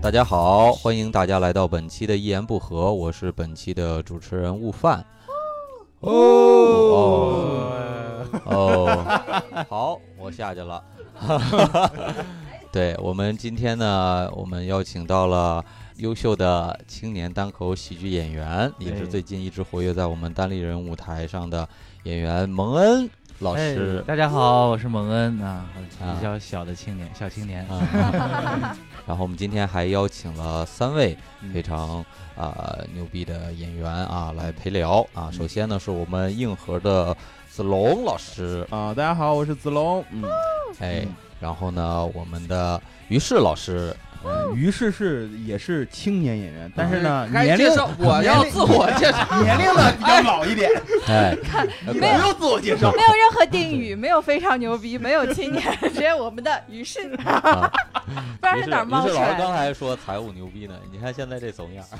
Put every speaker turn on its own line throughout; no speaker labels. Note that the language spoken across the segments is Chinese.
大家好，欢迎大家来到本期的《一言不合》，我是本期的主持人悟饭。哦哦哦，好，我下去了。 对我们今天呢，我们邀请到了优秀的青年单口喜剧演员，也是
对
最近一直活跃在我们单立人舞台上的演员蒙恩老师
哎。大家好，我是蒙恩啊，
啊
我比较小的青年，小青年。
啊 然后我们今天还邀请了三位
嗯
非常啊、呃牛逼的演员
嗯
啊来陪聊啊。首先呢是我们硬核的子龙老师，
啊，大家好，我是子龙。嗯，
哎
嗯，
然后呢我们的于适老 师，
嗯
于是是也是青年演员，但是呢，
哎
该
年龄
介绍，我要自我介绍。
年龄呢比较老一点，
哎，
不用自我介绍。
没有任何定语，没有非常牛逼，没有青年， 只有我们的 于适，
啊
不然
于
是
适
哪儿
于
冒
适
出
老师
来
刚
的？
才说财务牛逼呢，你看现在这怂样儿，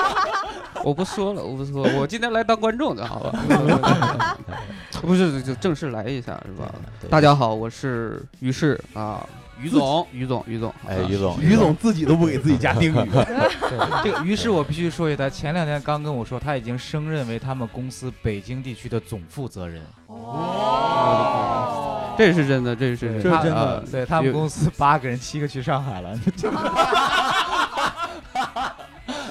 我不说了，我不说，我今天来当观众的好吧？ 不是，就正式来一下是吧？
对
大家好，我是于适啊，于总，于总，于总，啊
哎，于总，
于总自己都不给自己加定语，
对，这个于是我必须说一下，他前两天刚跟我说，他已经升任为他们公司北京地区的总负责人。
哦
这是真的，这是
对
真
这是
他
真的
啊对他
因
们
为
公司八个人，七个去上海了。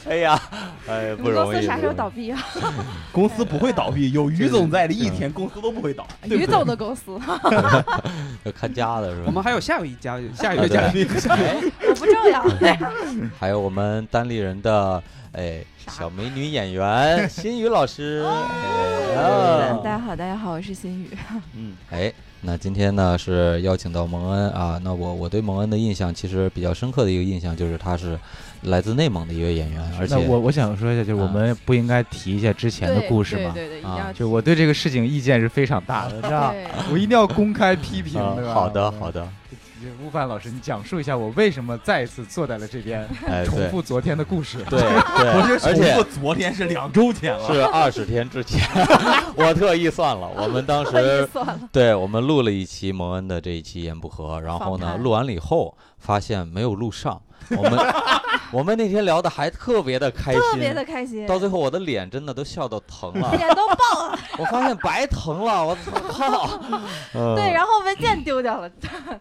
哎呀，哎，
你
不
们公
容易。
司啥时
不容
候
易
倒闭啊？
公司不会倒闭，有于总在的一天，公司都不会倒。对
哎
不
于
对
总的公司， 我
要看家的是吧？
我们还有下一 家，下一
啊
个
对
嘉宾，
不重
啊
要。
还有我们单立人的哎
啥
小美女演员心雨老师，
大
哎
家好，大家好，我是新宇。
嗯，哎，那今天呢是邀请到蒙恩啊，那我我对蒙恩的印象其实比较深刻的一个印象就是他是来自内蒙的一位演员，而且
那我我想说一下，就是我
啊
们不应该提一下之前的
对
故事吗？
对对对，一定
啊
要
就我对啊这个事情意见是非常大的，知道吧？
对，
我一定要公开批评
啊
的。
好的好的，
悟饭呃老师，你讲述一下我为什么再一次坐在了这边，
哎
重
对
复昨天的故事。
哎 对对，
不是
而
重
且
复昨天是两周前了。
是二十天之前， 我特意算了，我们当时
意算了，
对，我们录了一期蒙恩的这一期言不合，然后
访
呢，
谈
录完了以后发现没有录上，我们我们那天聊的还特别的开心，
特别的开心，
到最后我的脸真的都笑到疼了，
脸都爆了。
我发现白疼了，我操！
对，然后文件丢掉了，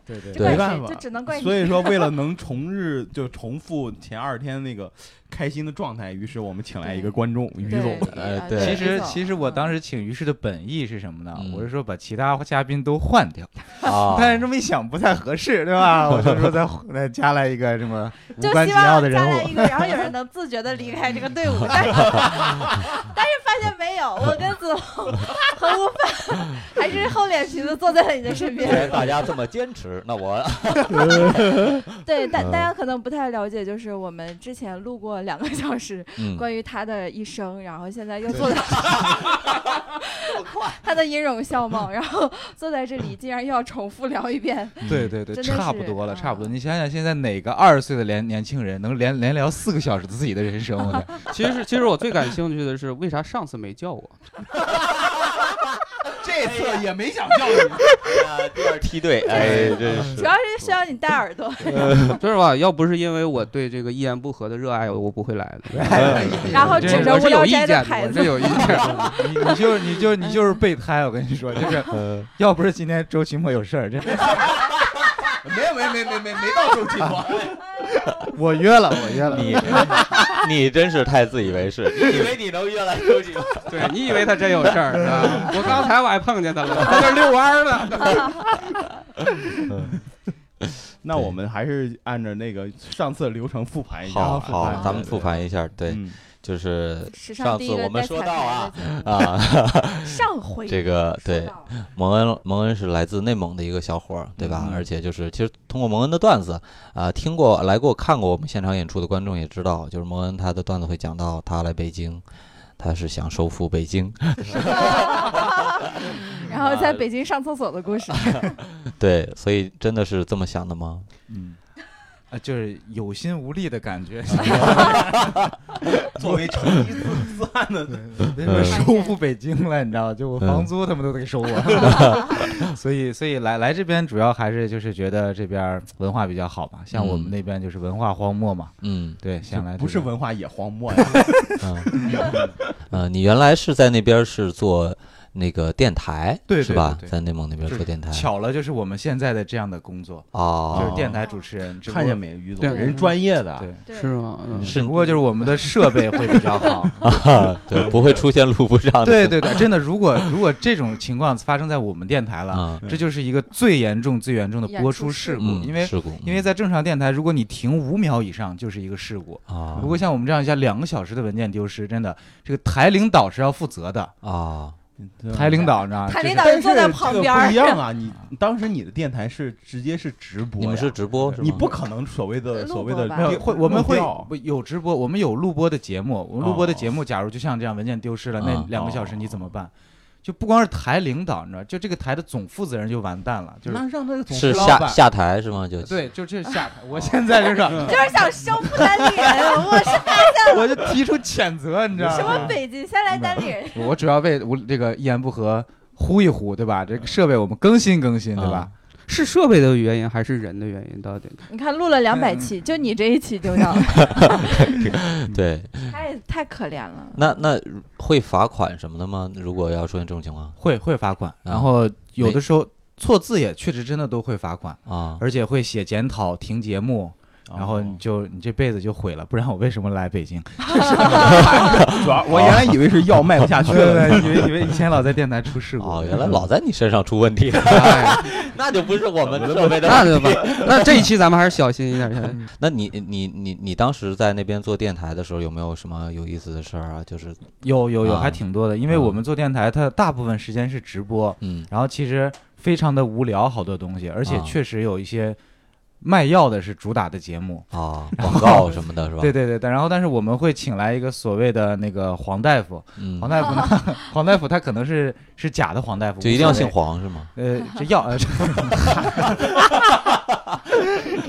对对
对
就怪
没办
谁？
法
就只能怪你。
所以说，为了能重日就重复前二天那个开心的状态，于是我们请来一个观众于
对
总。
哎
啊
对
其
于
实
总
其实我
嗯
当时请于适的本意是什么呢？
嗯
我是说把其他嘉宾都换掉，
后啊，
但是这么一想不太合适，对吧？我就说再再加来一个什么无
就
关
希
紧要的
望
人
加来
物
一。个，然后有人能自觉的离开这个队伍，但是 但是发现没有，我跟子龙和悟饭还是厚脸皮的坐在了你的身
既
边。
然大家这么坚持，那我
对，大
嗯
大家可能不太了解，就是我们之前录过两个小时
嗯，
关于他的一生，然后现在又坐在 他的音容笑貌，然后坐在这里，竟然又要重复聊一遍。
嗯
对对对，
真的
差不
是
多了，
啊
差不多。你想想，现在哪个二十岁的年年轻人能连连聊四个小时自己的人生？我的
其实其实我最感兴趣的是，为啥上次没叫我？
这次也没想叫你，
啊第二梯队，哎，真
主
是
要是需要你戴耳朵，
说实话，要不是因为我对这个一言不合的热爱，我不会来的。
然后
这
指
是
着
我
无
是有
聊
意
斋
见
的
的，
牌
我
子
是，有意 见的。
你你就是你就是你就是备胎，我跟你说，就是
嗯
要不是今天周奇墨有事儿，这
没有没有没有没有没有没到周期 过。
我约了，我约了。
你，你真是太自以为是，你以为你能越来越 近？
对你以为他真有事儿是吧？我刚才我还碰见他了，在这儿遛弯儿呢。
那我们还是按照那个上次的流程复盘一下吧。
好
复盘
好，咱们复盘一下，对，
嗯
就是
史
上
上第
次
一
我
个
们
带
说
彩
到
排
啊
的节 目。
啊，
上回
这个
说
对。
到
蒙恩，蒙恩是来自内蒙的一个小伙儿，对吧？
嗯
而且就是，其实通过蒙恩的段子，啊、听过、来过、看过我们现场演出的观众也知道，就是蒙恩他的段子会讲到他来北京，他是想收复北京，
然后在北京上厕所的故事，
对，所以真的是这么想的吗？
嗯，呃，就是有心无力的感觉，
作为成吉思汗的，
因为收复北京了，你知道吧？就我房租他们都得收我， 所以所以来来这边主要还是就是觉得这边文化比较好嘛，像我们
嗯
那边就是文化荒漠嘛，
嗯
对，想来
不
这
是
边
文化也荒漠呀，
嗯，呃，你原来是在那边是做那个电台，
对对
是吧
对？对
在内蒙那边做电台
巧了，就是我们现在的这样的工作，就
哦
是，电台主持人，只不
看见
过
没，于总，啊
对
人专业的，
对，
对
是吗？嗯
只不过就是我们的设备会比较好。
对，不会出现录不
啊
上的，
对 对对，真的，如果如果这种情况发生在我们电台了，
啊，
这就是一个最严重、最严重的播出事故，
嗯，
因为
事故，
因为在正常电台，如果你停五秒以上就是一个事故。
啊
如果像我们这样一下两个小时的文件丢失，真的，这个台领导是要负责的。
啊，
对
台领导呢，
台领
就是
导人坐在旁边
但
儿
是这个不 一样啊！你当时你的电台是直接是直播呀，
你们是直播是吗？
你不可能所谓的所谓的
录播吧
没有
会我们会
录掉哦
不有直播，我们有录播的节目，我们录播的节目，假如就像这样文件丢失了，那
嗯
两个小时你怎么办？就不光是台领导，你知道，就这个台的总负责人就完蛋了，就是
那让他总
是
老
下
板
下台是吗？就
对，就这下台。我现在就是，
就是想收不单立人，我 是
我就提出谴责，你知道
什
吗
么？北京先来单立人，
我主要为我这个一言不合呼一呼，对吧？这个设备我们更新更新，对吧？
是设备的原因还是人的原因？到底
你看录了两百期，就你这一期丢掉了，
对，
太太可怜了。
那那会罚款什么的吗？如果要出现这种情况
会会罚款，啊然后有的时候错字也确实真的都会罚款，
啊，
而且会写检讨、停节目。然后你就你这辈子就毁了，不然我为什么来北京？
主要我原来以为是药卖不下去
对对
了，
啊对，以为以为以前老在电台出事故。
哦，原来 老在你身上出问题，
哎
那就不是我们设备的
那
问
就
题。
吧，那这一期咱们还是小心一点。
那你你你你当时在那边做电台的时候，有没有什么有意思的事儿啊？就是
有有有，
啊
还挺多的，因为
嗯
我们做电台，它大部分时间是直播，
嗯
然后其实非常的无聊，好多东西，而且
啊
确实有一些卖药的是主打的节目。
啊，广告什么的是吧？
对对对，但然后但是我们会请来一个所谓的那个黄大夫，
嗯
黄，大夫 呢，黄大夫他可能是是假的黄大夫，
就一定要
无所
姓
谓
黄是吗？
呃，这药呃，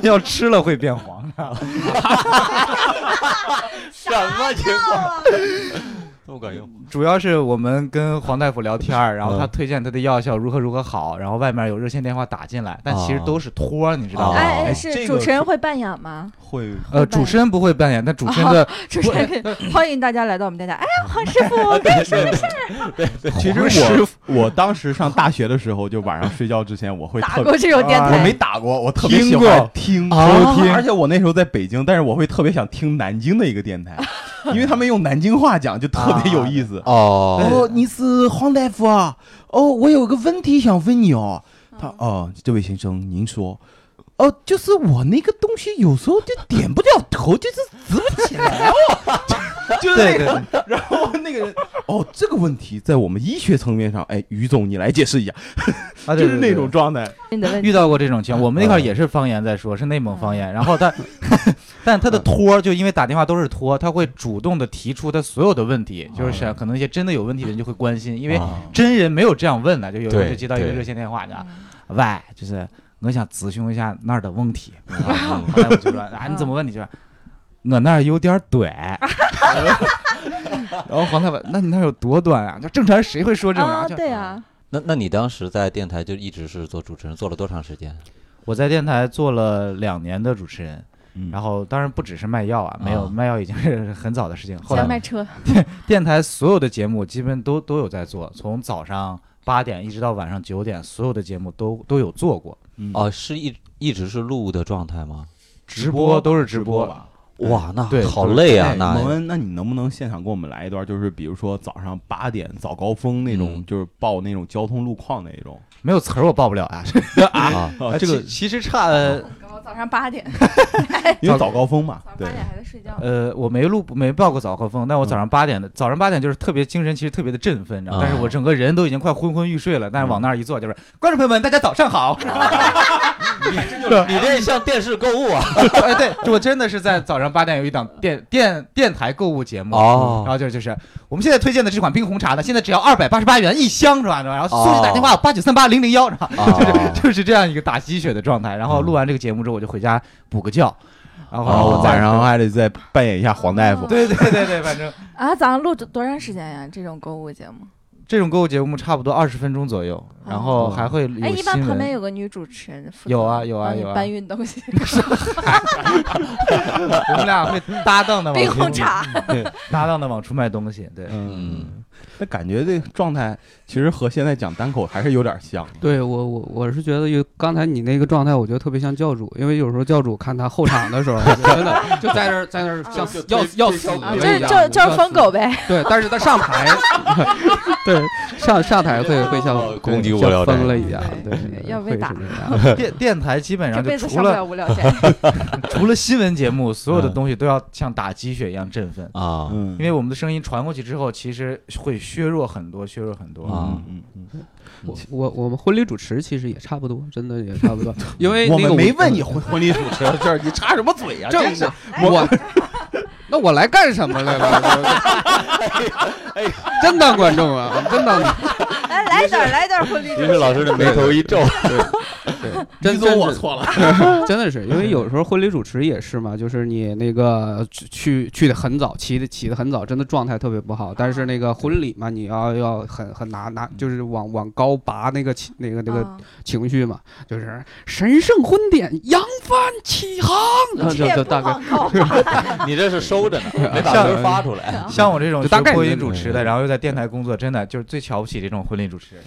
这 药吃了会变黄的。
什么情况？
啊
这么管用？
主要是我们跟黄大夫聊天儿，然后他
嗯
推荐他的药效如何如何好，然后外面有热线电话打进来，但其实
哦
都是托儿，你知道
哦
吗？
哎，哎
这
是
个
主持人会扮演吗？
会
呃，主持人不会扮演，但主持人的
主持人可以欢迎大家来到我们电台。哎，黄师傅，我跟你说个事儿，
其实
黄师
我我当时上大学的时候，就晚上睡觉之前，我会
打
特
过这种电
我没
台，
打过，我特别
听
喜
过
欢听
啊
听，而且我那时候在北京，但是我会特别想听南京的一个电台，因为他们用南京话讲，就特别有意思。
哦，
哦，你是黄大夫啊？哦，我有个问题想问你哦。他哦，这位先生，您说。哦，就是我那个东西有时候就点不了头，就是直不起 来哦，就是那
对对
个然后那个人，哦，这个问题在我们医学层面上，哎，于总你来解释一下，
啊，
就
对
是那种。
对对
状态。
你的问
遇
题。
到过这种情况，我们那块儿也是方言在说，是内蒙方言。然后他， 但他的托儿就因为打电话都是托儿，他会主动的提出他所有的问题，就是
嗯
想可能一些真的有问题的人就会关心，因为
啊
真人没有这样问的，就有人
对
就接到一个
对
热线电话，你知道，
嗯
喂，就是我想咨询一下那儿的问题。
嗯
后来我就说啊，你怎么问？你就说我那儿有点儿短。 然后黄太问，那你那儿有多短啊？就正常人谁会说这种
啊，
啊？就
对啊，
那那你当时在电台就一直是做主持人，做了多长时间？
我在电台做了两年的主持人，
嗯
然后当然不只是卖药啊，没有
啊
卖药已经是很早的事情。后
想
来
卖车，
电台所有的节目基本都都有在做，从早上八点一直到晚上九点，所有的节目都都有做过，
嗯
哦，是一一直是录的状态吗？
直播都是直播。
吧。
哇，那
嗯对
好累啊
哎，
那
蒙哎恩，那你能不能现场给我们来一段？就是比如说早上八点早高峰那种，
嗯
就是报那种交通路况那种。
没有词儿我报不了啊。
啊，
啊，这个
其其实差呃
我早上八点，
因为早高峰嘛
早上，
对
八，点还在睡觉。
呃，我没录没报过早高峰，但我早上八点的、早上八点就是特别精神，其实特别的振奋，你知道吗，
啊
但是我整个人都已经快昏昏欲睡了，但是往那儿一坐就是、观众朋友们，大家早上好。啊
你这像电视购物啊！
哎，对，我真的是在早上八点有一档电电电台购物节目。然
哦，
后就就是我们现在推荐的这款冰红茶呢，现在只要二百八十八元一箱，是吧？然后速
哦
速打电话八九三八零零幺，然后
啊
哦就是就是这样一个打鸡血的状态。然后录完这个节目之后，我就回家补个觉，然
然
后晚
后哦晚
上
上还得再扮演一下黄大夫。
对对对对，反正
啊，咱录多多长时间呀？这种购物节目？
这种购物节目差不多二十分钟左右，然后还会有
哎，一般
新
旁边
闻。
有个女主持人负责
有啊有啊
帮你
有啊
搬运 东西，
我们俩会搭档的往
冰
出
红茶。
搭档的往出卖东西， 对。
嗯，
那感觉这状态其实和现在讲单口还是有点像。啊
对我我我是觉得有刚才你那个状态，我觉得特别像教主，因为有时候教主看他后场的时候， 真的就在那儿在那儿像
就
要
推
要
推
死
敲
啊
有
就是
一样
就是就是疯狗，呗，
对，但是他上台，对上上台会会像
哦攻击
对
无聊
像
斋
疯了一样，对
对，要被
会
打
是那样
电电台基本
这
上
辈
就
子
除
上不
了
了无聊斋。
除了新闻节目，所有的
嗯
东西都要像打鸡血一样振奋，
啊，
嗯
因为我们的声音传过去之后，其实会削弱很多，削弱很多
啊
嗯嗯嗯
我我我们婚礼主持其实也差不多，真的也差不 多，因为
我
那个嗯
们没问你婚婚礼主持的事儿，你插什么嘴啊呀？
正
真是
是 我。那我来干什么来了？哎， 真当观众啊，真 当
来哎来点儿来点儿婚礼主
于是
持，
老师的眉头一 皱，
真
你说
真
我
是
错了。
真的是，因为有时候婚礼主持也是嘛，就是你那个去去去的很早，起的起的很早，真的状态特别不好。但是那个婚礼嘛，你要要很很拿拿，就是往往高拔那个情那个那个
啊
情绪嘛，就是神圣婚典，扬帆起航，然后嗯
这
就
也
就
不
大概
广告吧
你这是收着呢，没把声儿发出来。
像我这种
就大概
学播
是
音
那
主
种
持的，然后又在电台工作，真的就是最瞧不起这种婚礼主持人，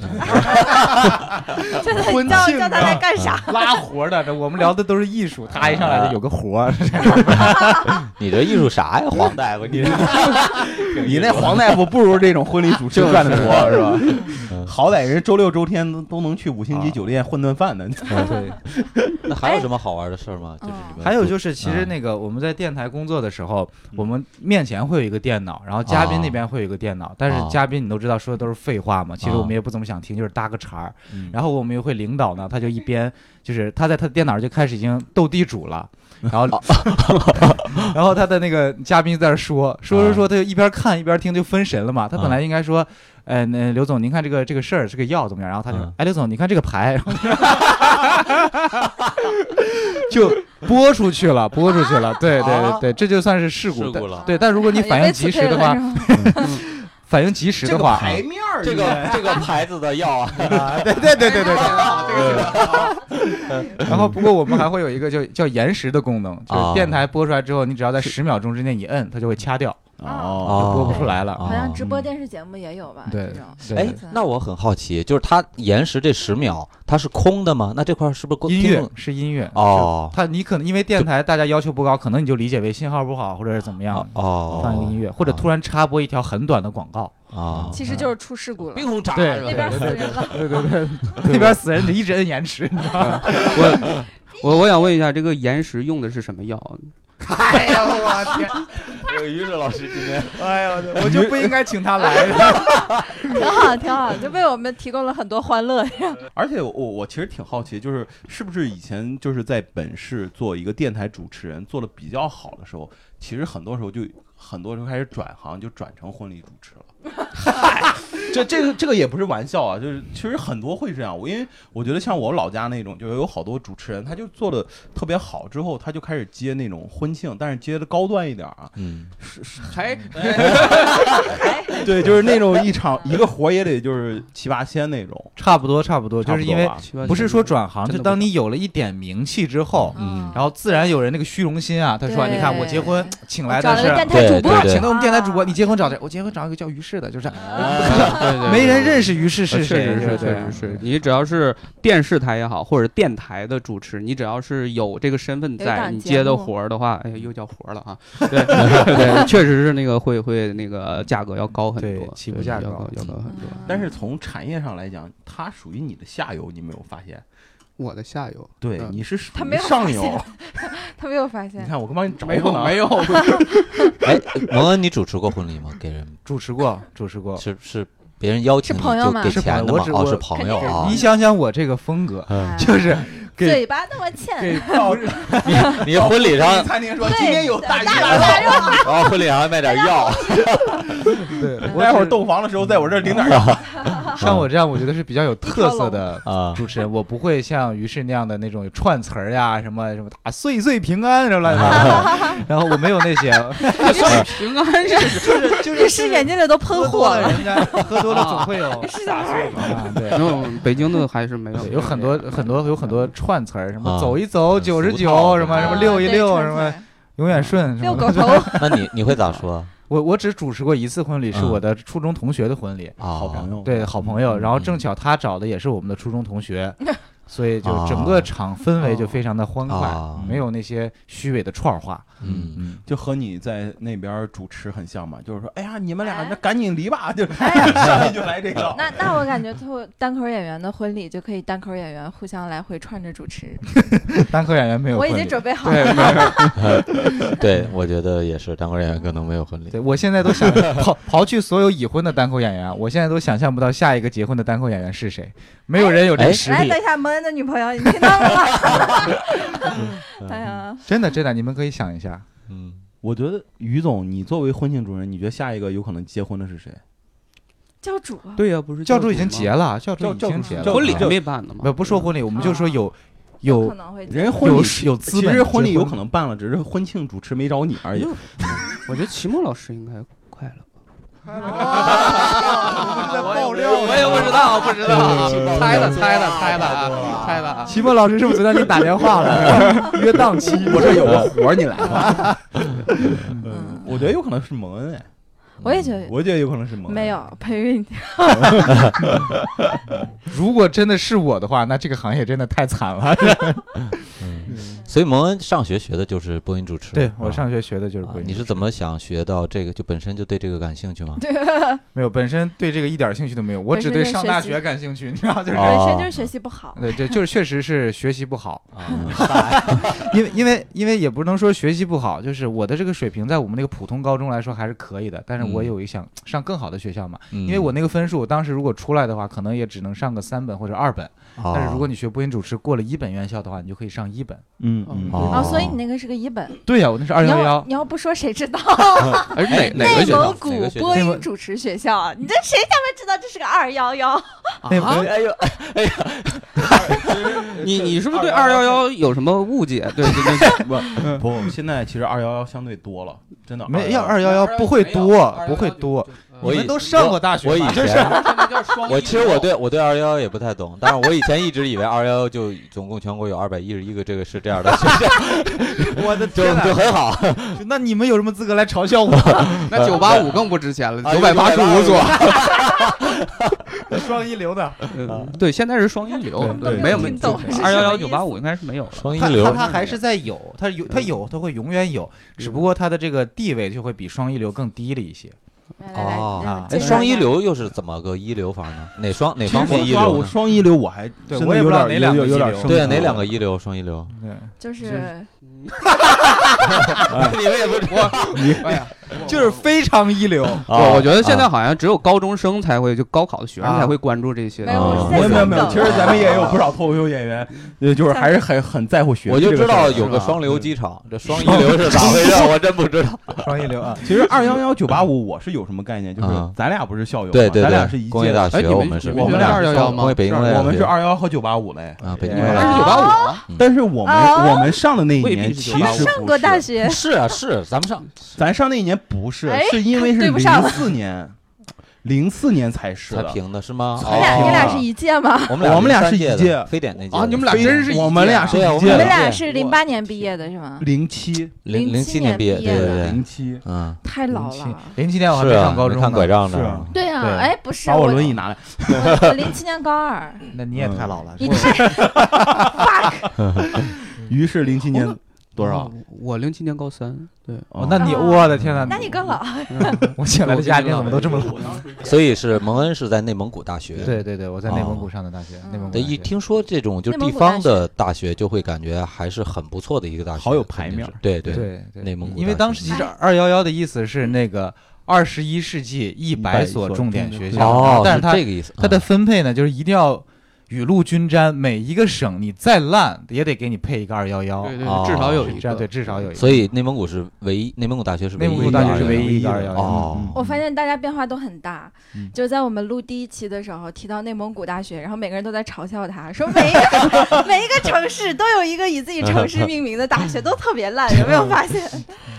真的，
婚
你叫
庆
叫他
啊
来干啥？
拉活的。这我们聊的都是艺术，他一上来就有个活儿，
你这艺术啥呀，黄大夫？你
你那黄大夫不如这种婚礼主持赚的多，是吧？
嗯
好歹人周六周天都都能去五星级酒店混顿饭呢。
对。
那还有什么好玩的事儿吗？就是你们
哎还有就是，其实
嗯
那个我们在电台工作的时候，我们面前会有一个电脑，然后嘉宾那边会有一个电脑，但
啊
是嘉宾你都知道说的都是废话嘛，其实
啊
我们也不怎么想听，就是搭个茬儿
嗯。
然后我们又会领导呢，他就一边就是他在他的电脑就开始已经斗地主了。然后， 然后他的那个嘉宾在那说说说说，他就一边看一边听，就分神了嘛。他本来应该说，呃，那刘总，您看这个这个事儿，这个药怎么样？然后他就
嗯，
哎，刘总，你看这个牌， 然后就播出去了，播出去了。对对对对，这就算是哦事故。
事故
但
了
对，但如 果你反应及时的话
也，被辞退了是吧
反应及时的话，啊
面儿
这个这个牌子的药啊，
对对 对对对 对。然后，不过我们还会有一个叫叫延时的功能，就是
啊
电台播出来之后，你只要在十秒钟之内一摁，它就会掐掉，
哦，
就播
哦
不出来了。
好像直播
嗯
电视节目也有吧？
对
这种
对
哎，那我很好奇，就是它延时这十秒，它是空的吗？那这块儿是不是
音
听
乐
众
是音乐，
哦
它你可能因为电台大家要求不高，可能你就理解为信号不好或者是怎么样
哦，哦
放一个音乐，或者突然插播一条很短的广告，
啊，
其实就是出事故了，
冰红茶
对
那边死人了。
对对对，那边死人得一直摁延迟，
我我我想问一下，这个延时用的是什么药？
哎呀，我天！
于是老师今天
哎呀，我就不应该请他来。
挺好，挺好，就为我们提供了很多欢乐。
而且我我其实挺好奇，就是是不是以前就是在本市做一个电台主持人做的比较好的时候，其实很多时候就很多时候开始转行，就转成婚礼主持了。 这这个这个也不是玩笑啊，就是其实很多会这样。我因为我觉得像我老家那种，就是有好多主持人，他就做的特别好，之后他就开始接那种婚庆，但是接的高端一点儿啊，
嗯
是是
还
对，就是那种一场一个活儿也得就是七八千那种，
差不多，差不多，就是因为
差不多吧
不是说转行，
啊真
就
的不
当你有了一点名气之后，
嗯
然后自然有人那个虚荣心啊，他说：“
对
你看我结婚请来
找
的
了个电
是。”
台主播，
对对对
请的我们电台主播，
啊
你结婚找谁？我结婚找一个叫于适的，就是
啊 对对呃啊
没人认识于适是谁。
确实是，
对
确实是你只要是电视台也好，或者电台的主持，你只要是有这个身份
有一
在，
档
你
节
接的
目
活儿的话，哎呀，又叫活儿了 啊！对 对，确实是那个会会那个价格要高很
对
多，
起
对
步价
要
高
要高很
嗯
多。
但是从产业上来讲，它属于你的下游，你没有发现？
我的下游
对，
嗯
你是属
他没
于
有发
上
现
游。
他没有发
你
现，
看，我刚帮你找
没有
呢
没有，
哎，蒙恩，你主持过婚礼吗？给人
主持过，主持过。
是是别人邀请你
是朋友
就
吗
给
哦是
钱
朋
的
友
吗
我只？
哦，
我
是朋友啊
你。想想我这个风格，
嗯
就是给
嘴巴那么欠，
给到
嗯
你婚礼上
餐厅说
对
今天有大鱼
大
大肉，
啊， 婚礼上还卖点药，
对，我
待会儿
只
洞房的时候在我这儿领点药。
啊
像我这样，我觉得是比较有特色的
啊
主持人，我不会像于适那样的那种串词儿呀，什么什么啊，岁岁平安什么乱七八糟 的，然后我没有那些，
平 安是
就是就
于
是
是眼睛里都喷
喝
火
多
了。
人家喝多了总会有大岁数啊，对。
没有，北京的还是没有
对，有很多
啊
很多有很多串词儿，什么
啊
走一走九十
俗套
九，什么什么
啊
六一
对
六，
串
什么
串
永远顺，什
遛
么
狗
的。
头，
那你你会咋说
我我只主持过一次婚礼，是
嗯
我的初中同学的婚礼，
啊？
好朋友，
对， 好朋友。然后
嗯
正巧他找的也是我们的初中同 学，所以就整
啊
个场氛围
哦
就非常的欢
啊
快，没有那些虚伪的串儿话。
嗯，
嗯，就和你在那边主持很像嘛，就是说，哎呀，你们俩
哎
那赶紧离吧，就是
哎呀
上来就来这个，
那那我感觉，就单口演员的婚礼就可以单口演员互相来回串着主持。
嗯单口演员没有
我
婚
已经
礼，
准备好了，
对，没有
嗯对，我觉得也是，单口演员可能没有婚礼。
对我现在 都想刨刨去所有已婚的单口演员啊，我现在都想象不到下一个结婚的单口演员是谁，没有人有这
哎
个实
来
力
等。一下蒙恩的女朋友，你听到了 吗？哎呀，
真的真的，你们可以想一下。
嗯，
我觉得于总，你作为婚庆主任，你觉得下一个有可能结婚的是谁？
教主啊，
对呀，不是
教主已经结
了，
了，教主已
教
经
主
结了，
教主
婚礼还
就
没办呢嘛。
不不说婚礼，我们就说有
有
哦有
可能会
人家婚礼
有
是
有资
其
本，
实婚礼有可。能办了，只是婚庆主持没找你而已。
嗯
我觉得齐墨老师应该快了。
哦
爆料，
我也不知道，不知道，猜了，猜了，猜了啊，猜了啊。
期末老师是不是昨天给你打电话了？约档期，
我这有个活儿，你来吧。
嗯，
我觉得有可能是蒙恩，哎，
我也觉得
我觉得有可能是蒙恩。
没有培育你，
如果真的是我的话，那这个行业真的太惨了。
所以蒙恩上学学的就是播音主持。
对
是吧
我上学学的就是
啊
播音，
你是怎么想学到这个？就本身就对这个感兴趣吗？
对，
没有本身对这个一点兴趣都没有，我只对上大学感兴趣，你知道就是。
哦
本身就是学习不好，
对，这就是确实是学习 不好，
啊，
因为因为因为也不能说学习不好，就是我的这个水平在我们那个普通高中来说还是可以的，但是我
嗯
有一想上更好的学校嘛，
因
因
嗯
为我那个分数，我当时如果出来的话，可能也只能上个三本或者二本。
嗯
但是如
哦
果你学播音主持过了一本院校的话，你就可以上一本。
嗯嗯，
哦
哦，所以你那个是个一本，
对呀、我那是二
你
幺
要
幺。
你要不说谁知道？
而哪哪个
内
学校
蒙
哪
古
个学校
播
内
音
蒙
主持学校啊，你这谁他妈知道这是个二幺幺？
内
啊？
蒙
哎呦，
你你是不是对二幺幺有什么误解？对对对，
不，现在其实二幺幺相对多了，真的
没
211
要二幺幺不会多，不会多。。
我
你
以
们都上过大学吧，
我以
就是
前我
我
其实我对我对二幺幺也不太懂，但是我以前一直以为二幺幺就总共全国有二百一十一个这个是这 样的学校，
我的
就
天
就
哪！
很
啊
好。
那你们有什么资格来嘲笑我？
那九八五更不值钱了，
啊
九百八十五所。
哎
双一流的，
嗯对，现在是双一流，
对
没有没
没有听
有
懂是什么
二幺幺
意思
九八五应该是没有了。
双一
他
流
他他还是在有，他有他有，他会永远有，只不过他的这个地位就会比双一流更低了一些。
来来来
哦
来，
哎，
介绍
双
一
一
下
流又是怎么个一流法呢？哪双哪
其实
方面一
双
流
我
呢？
双一流我还
对
真
我
的
也
有
不知
点
道哪两个
有有点
一流
生
对啊，
疏
哪两
了
个一流？双一流？
对，
就是
你们也不知
哎呀，
就是非常一流。
啊
我我觉得现在好像只有高中生才会，就高考的学生才会关注这些。
没有，
啊
我
没有
是
哦没
在想
有没有，
梗
其实咱们也有不少脱口秀演员，呃，就是还是很很在乎学
我
历这
就
个事
知
儿。
道有个
是吧
双流机场，这双一流是咋回事？我真不知道。
双一流啊，
其实二幺幺九八五我是有什么概念，就是
嗯
咱俩不是校友 嘛，
对对
咱俩是
对
一，
工业
届
大
的，
哎
学
你们
我们是，
我们俩
是
是
211吗
工业北京工业大
我们是
学
二幺幺和九八五嘞。
啊，北京
哎
工业
但
大学
是九八五啊，
但是我们
哦
我们上的那一
未必
年
是
其
985
实
上
不
过
是
大学，
是啊是，咱们上
咱上那一年不是
哎，
是因为是
对不上
零
了
四年，零四年才是
才
的。
平的是吗？哦
你
哦
俩你俩是一届吗？
我们俩
我们俩
三
是一
届的
届
非典那届
啊你们俩
非
真是一届啊
我们俩是
对啊我
一
你
届
们
们
的，
俩是零八年毕业的是吗？
零七
零
07
七
年
毕业，
毕
对
业
对
的
对
零，七
嗯，
太老
零
了。
零七年哎我还
是
没
啊，
上高中
看拐
呢，
杖
是啊
呢，
对呀、
对
哎，不是
把我
我
轮椅拿来，
我 零七年高二，
那你也
嗯
太老了。
你太
于是零七年多少？？
我零七年高三，对，
哦，那你
啊
我的天呐！
那你更老，
我请来的嘉宾怎么都这么老？
嗯所以是蒙恩是在内蒙古大学。
对对对，我在内蒙古
哦
上的大学，
嗯
内蒙古
对，
大
一
学
听说这种就
内蒙
地
古
方
大
的大学，就会感觉还是很不错的一个大学，
好有
肯
排
定
面
是
儿
对
对
对，
对，
内蒙古
因为
大
当
学嗯
时其实
哎
二幺幺的意思是那个二十一世纪一
100
所
所
重
重
点
点
学
学
校，
校
然后
哦，
但是它嗯
这个意思，
它的分配呢，就是一定要雨露均沾，每一个省你再烂也得给你配一个二幺幺，
对对
哦，
至少有一
这
个，
样对，至少有一个。
所以内蒙古是唯一，内蒙古大学是唯
内
一
蒙古大学是
的
唯一一个
唯
二
一的
幺幺。
哦
我发现大家变化都很大
嗯，
就在我们录第一期的时候提到内蒙古大学，然后每个人都在嘲笑他，说每一个每一个城市都有一个以自己城市命名的大学，都特别烂，有没有发现？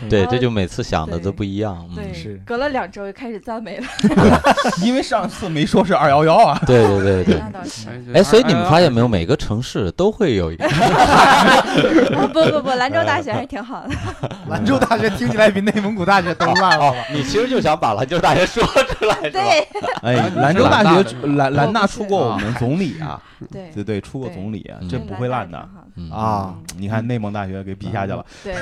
对，
哦
这就每次想的
对
都不一样。嗯
对
是，
隔了两周开始赞美了，
嗯因为上次没说是二幺幺啊，
嗯对对对 对。
那倒是。
对
哎，所以你们发现没有，每个城市都会有一个。
啊不不不，兰州大学还挺好的。
兰州大学听起来比内蒙古大学都烂了吧？
你其实就想把兰州大学说出来，是吧？
对
哎，
兰
兰州
州
大
大
学嗯
学
出兰兰大出过我们总理啊，
对
对对，出过总理啊，
对
这
嗯
不会烂的。
嗯
啊！你看内蒙大学给比下去了，
对，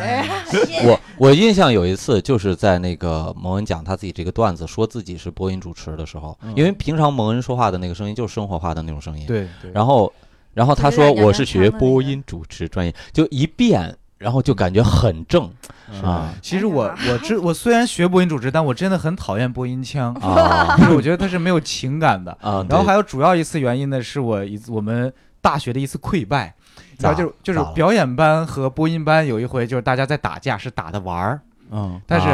我我印象有一次就是在那个蒙恩讲他自己这个段子，说自己是播音主持的时候，因为平常蒙恩说话的那个声音就是生活化的那种声音，
对对，
然后然后他说
就是
我是
杨
学
洋唱的那个
播音主持专业，就一变，然后就感觉很正啊
其实我我知我虽然学播音主持，但我真的很讨厌播音 腔，
啊
就是我觉得它是没有情感的。
啊！
然后还
有
有主要一次原因呢，是我一次我们大学的一次溃败，然后就是就是
咋了
表演班和播音班有一回就是大家在打架，是打的玩儿，
嗯，
但是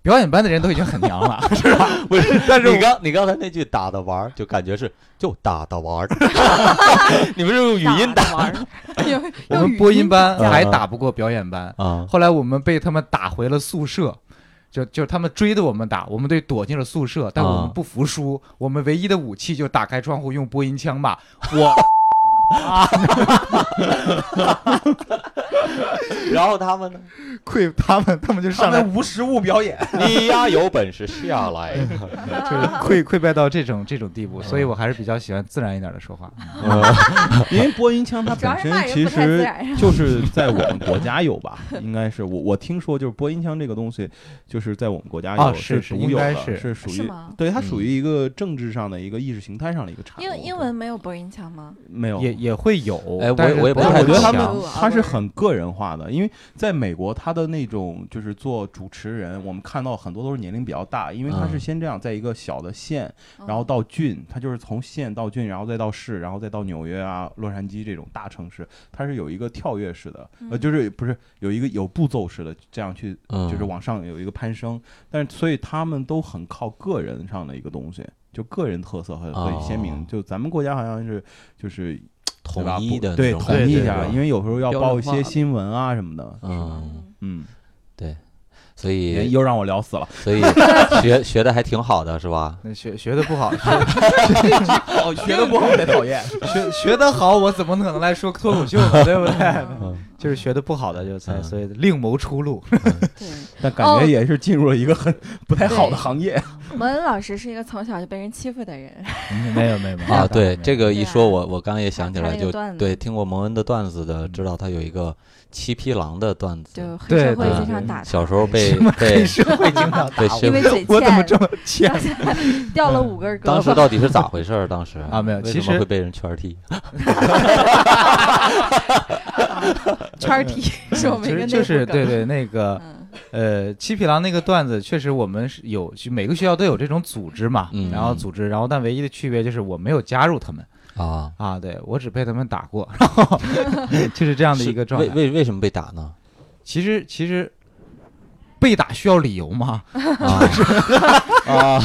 表演班的人都已经很娘了， 是吧？
啊不是，
但是
你
我
刚你刚才那句打的玩儿，就感觉是就打的玩儿，你们是用语音打
打玩儿，
我们播音班
加
还打不过表演班，
啊
后来我们被他们打回了宿舍，就就是他们追着我们打，我们队躲进了宿舍，但我
啊
们不服输，我们唯一的武器就打开窗户用播音腔 骂我
然后他 们呢？
愧他们，他们就上来
无实物表演，
你呀有本事下来。
就是溃溃败到这种这种地步，所以我还是比较喜欢自然一点的说话。
嗯 因为播音腔它
主要
本
是骂
身
人
其
不太自
实
然。
就是在我们国家有吧，应该是我我听说就是播音腔这个东西，就是在我们国家有、
啊是是
独有的，
应该是
是属
是
于
吗
对它
嗯
属于一个政治上的一个意识形态上的一个产物。
英英文没有播音腔吗？
没有
也也会有，
哎我
但是
我也不
但
太
我觉得他
强
们
啊
他是
我
很个人化的，因为在美国，他的那种就是做主持人，我们看到很多都是年龄比较大，因为他是
嗯
先这样，在一个小的县，
嗯
然后到郡，他就是从县到郡，然后再到市，然后再到纽约啊、洛杉矶这种大城市，它是有一个跳跃式的，呃，
嗯
就是不是有一个有步骤式的这样去，
嗯
就是往上有一个攀升，但是所以他们都很靠个人上的一个东西。就个人特色很很鲜明，
哦
就咱们国家好像是就是对吧
统一
不
的那
对，
种
统
感
一
觉
一下，
对
因为有时候要
标
报一
准化
些
了
新闻啊什么的，
嗯，
嗯，
所
也
以
又让我聊 死了，
所以学学的还挺好的是吧？
那学学的不 好，学
哦，学的不好才讨厌，
学学的好，我怎么可能来说脱口秀呢？对不对？
嗯
就是学的不好的就才
嗯
所以另谋出路。
对，
但感
哦
觉也是进入了一个很 不太好的行业，
蒙恩老师是一个从小就被人欺负的人，
没有没有没有
啊，对这个一
对
说，
啊
我我刚刚也想起
还
来，
有一个
就
段子
对听过蒙恩的段子
嗯
的，知道他有一个七匹狼的段子，
就黑
对
社会
对
经常打他，
小时候被被
社会经常
被学
因为嘴欠，
我怎么这么欠？
掉了五根胳膊？
嗯当时到底是咋回事儿？当时
啊没有
为
其
什么
实
会被人圈踢？
圈儿踢， 是我
嗯
们
其
一
实
个内
就是
部梗
对，对那个
嗯
呃七匹狼那个段子，确实我们是有去每个学校都有这种组织嘛，
嗯
然后组织，然后但唯一的区别就是我没有加入他们
啊，
啊，对我只被他们打 过，然后就是这样的一个
是
状
为
态。
为为什么被打 呢？
其实其实被打需要理由吗？
啊
啊，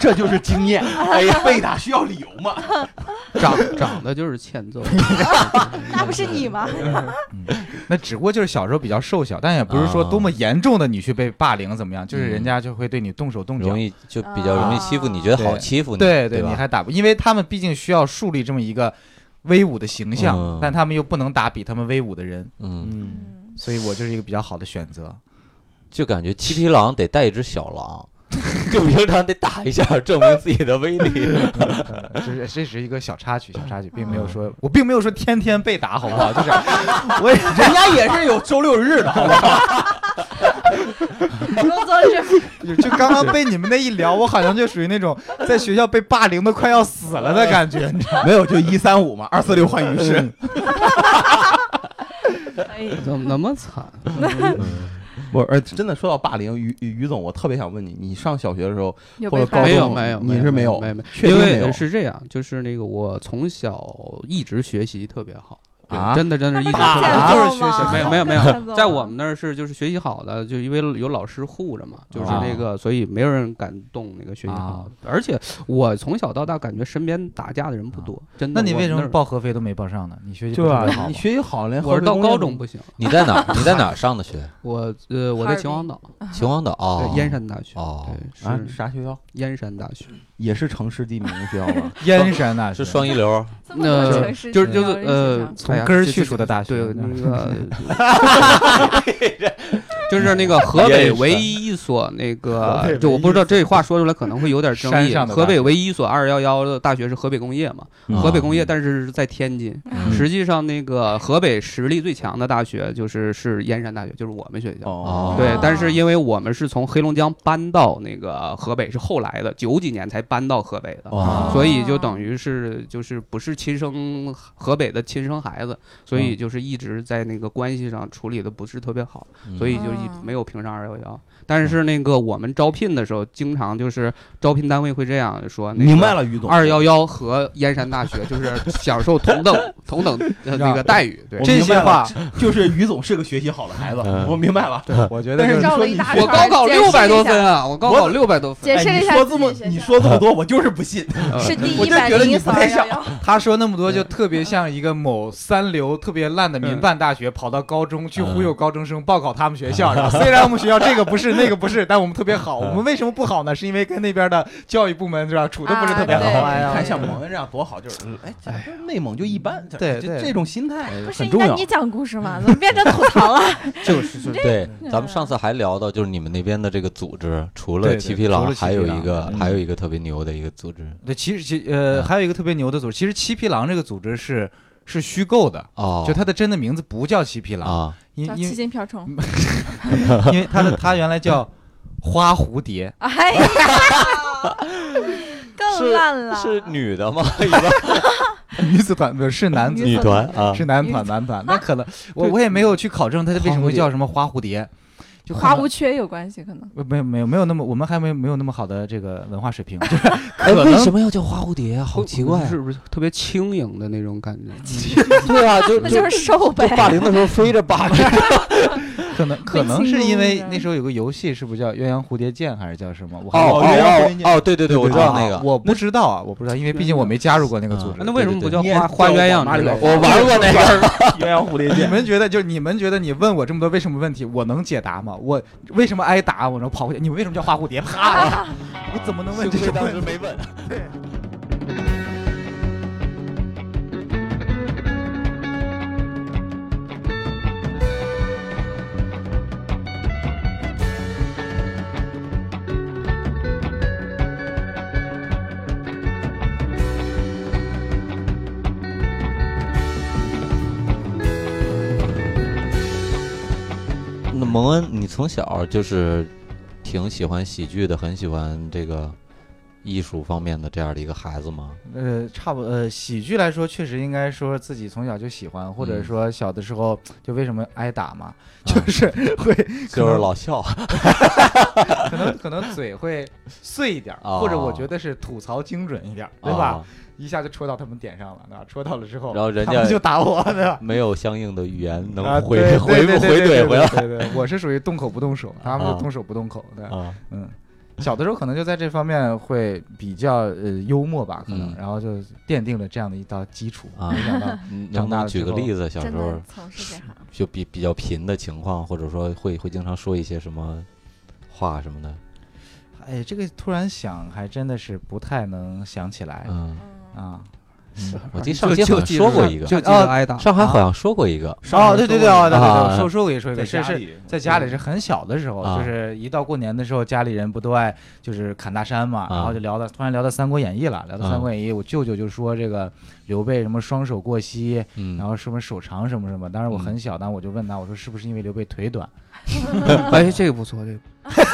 这就是经验，哎呀，被打需要理由嘛，
长长得就是欠揍，
那不是你吗？
那只不过就是小时候比较瘦小，但也不是说
啊
多么严重的你去被霸凌怎么样，就是人
嗯
家就会对你动手动脚
容。易就比较容易欺负你，
啊
觉得好
对
欺负你，
对
对
你
吧？
还打不，因为他们毕竟需要树立这么一个威武的形象，
嗯
但他们又不能打比他们威武的人，
嗯，
嗯，
嗯
所以我就是一个比较好的选择。
就感觉七匹狼得带一只小狼， 就平常得打一下，证明自己的威力。
呃这是这是一个小插曲，小插曲，并
嗯
没有说我并没有说天天被打，好不好？ 就是我也
人家也是有周六日的，好吧，
工作 日
就就刚刚被你们那一聊，我好像就属于那种在学校被霸凌的快要死了的感觉，你知道吗？
没有就一三五嘛，二四六换于是，
可以。
怎么那么惨？
不是，呃真的说到霸凌，于于于总，我特别想问你，你上小学的时候
有
或
被
者
发
高
没
现
有
中
没有，
你是没有
没有没
确
有，
定
因
没有
为是这样，就是那个我从小一直学习特别好，
啊？
真的真的是一直
那
特
不
就是
别好。
欠揍
学习
吗
没有没有没
那欠揍
有，在
吗
我们那儿是就是学习好的，就因为有老师护着嘛，就是
啊
那个，所以没有人敢动那个学习好的。而且我从小到大感觉身边打架的人不
啊
多，真的。
那你
我
为什
们
么
那儿？
报合肥都没报上呢？你学习
对
不是特别
吧？
好
啊
你
吗
学习好，连
我
合
是
肥
到
工业
高
都
中不行，
你在哪儿？你在哪儿上的 学？
我呃我在
哈尔
秦皇
滨
岛，
秦皇岛
对
哦，
燕山大学，
哦
对
啊？
是
啥学校？
燕山大学。
也是城市地名学校 吗？
燕山大学
是双一流，
这么
那
多
就
城市
呃就是
需
就是
要人
呃，
欣赏
从
哎呀
根儿
这
去
这
除的大学
对，
那
那个 就是那个河北唯一一所那
河北
个，就
唯
我
一
不知
一
道这话说出来可能会有点争
山
议。
上的
河
大
北
学
唯一一所二幺幺的大学是河北工业嘛？
嗯
河北工业，但是是在天津。
嗯
实际上，那个河北实力最强的大学就是是燕山大学，就是我们学校。
哦，
对，但
哦
是因为我们是从黑龙江搬到那个河北，是后来的，九几年才搬到河北的。
哦
所以就等于是就是不是亲生河北的亲生孩
嗯
子，所以就是一直在那个关系上处理的不是特别好，所以就一
嗯
没有评上二幺幺。但是那个我们招聘的时候，经常就是招聘单位会这样说，
明白
了。
了，于总，
二幺幺和燕山大学就是享受 同等同等呃那个待遇，对
我。
这
明白
些
了
话，
就是于总是个学习好的孩子，
嗯
我明白了。
我觉得
但
就是是
绕
说
了一
你
大
学
我
圈
高考六百多分啊！我高考
我
六百多分，
解释了
哎，
一
你
下
说
自
这
己
么
学
你
校
说这么多，我就是不信。
呃
是第
我
一
就
百
觉得
零
你
一
不
所
太
二
像
幺幺，
他说那么多，就特别像一个某三流特别烂的民办大学跑到高中去忽悠高中生报考他们学校，然后虽然我们学校这个不是那个不是，但我们特别好。我们为什么不好呢？是因为跟那边的教育部门是吧处的不是特别好。
啊对
哎呀，
看像蒙恩这样多好，就是嗯哎，假如内蒙就一般，这
对
这
对
这种心态
不是
很
应
重
该
要
你。讲故事吗？怎么变成吐槽了？
就是就是
对，咱们上次还聊到，就是你们那边的这个组织，除
对
了
对
七匹
除
狼，
了七匹
还有
狼
一个
嗯
还有一个特别牛的一个组织
对，其实其呃
嗯
还有一个特别牛的组织，其实七匹狼这个组织是是虚构的，
哦，
就它的真的名字不叫七匹狼，
啊，
因
叫
因
七斤瓢虫。
因为它的它原来叫花蝴蝶，
哎呀， 更烂了。
是女的吗？
女子团不是是男子
女团
啊
是男
女
团男团，那可能我我也没有去考证它为什么会叫什么花蝴蝶，就
花
可呃
无缺有关系，可能
能没有没有没有那么我们还没有没有那么好的这个文化水平， 就是
哎，
可
为
能
什么要叫花蝴蝶啊？好奇怪啊！
是不是特别轻盈的那种感觉？
对啊，就
那就是瘦呗。
霸凌的时候飞着霸凌。
可能可能是因为
被侵入
那时候有个游戏是不是叫鸳鸯蝴蝶剑还是叫什么？我
哦
鸳
哦
还
鸯蝴蝶
哦
剑
哦，对对对，我知道那
啊
个，
我不知道啊，我不知道，因为毕竟我没加入过那个组织。
嗯
那为什么不叫
你也
花花
叫
鸳
往哪
鸯之
里
类的？
玩
玩过那个，
鸳鸯蝴蝶
你， 们觉得，就你们觉得，你问我这么多为什么问题，我能解答吗？我为什么挨打？我能跑回去？你们为什么叫花蝴蝶？ 啪！我怎么能问这种问题？
没问。那蒙恩，你从小就是挺喜欢喜剧的，很喜欢这个艺术方面的这样的一个孩子吗？
呃，差不呃，喜剧来说，确实应该说自己从小就喜欢，或者
嗯
说小的时候就为什么挨打 嘛，
啊
就是会可
就是
能
老笑，
可能可能嘴会碎一点儿，
哦
或者我觉得是吐槽精准一点儿，对吧？
啊
一下就戳到他们点上了，对吧？戳到了之后，
然后人
他
家
们就打我，对吧？
没有相应的语言能
啊
回
对
回
对对
回
对对
怼回来
对对，对我是属于动口不动手，他们
啊
是动手不动口对，
啊。
嗯，小的时候可能就在这方面会比较呃幽默吧，可能，
嗯
然后就奠定了这样的一道基础。
啊
没想到
嗯能
长
不
大
能
了
举
之
个
后
例子？小时
真
候
的从事这行，
就比比较贫的情况，或者说会会经常说一些什么话什么的，
哎，这个突然想还真的是不太能想起来
嗯，
嗯，
啊。
我记得上
就
街好
就
像
记
说
着
过
上
一个，
就记
啊
得挨打。
上海好像说过一个，
哦，对对对，哦，对对
啊
对，说说过也说一个，是是
里
在
嗯
家里是很小的时候，
嗯
啊
就是一到过年的时候，家里人不都爱就是侃大山嘛，
啊
然后就聊到突然聊到《三国演义》
啊
了，聊到《三国演义》，我舅舅就说这个刘备什么双手过膝，
嗯，
然后什么手长什么什么，当时我
嗯
很小，但我就问他，我说是不是因为刘备腿短？
哎，这个不错，这个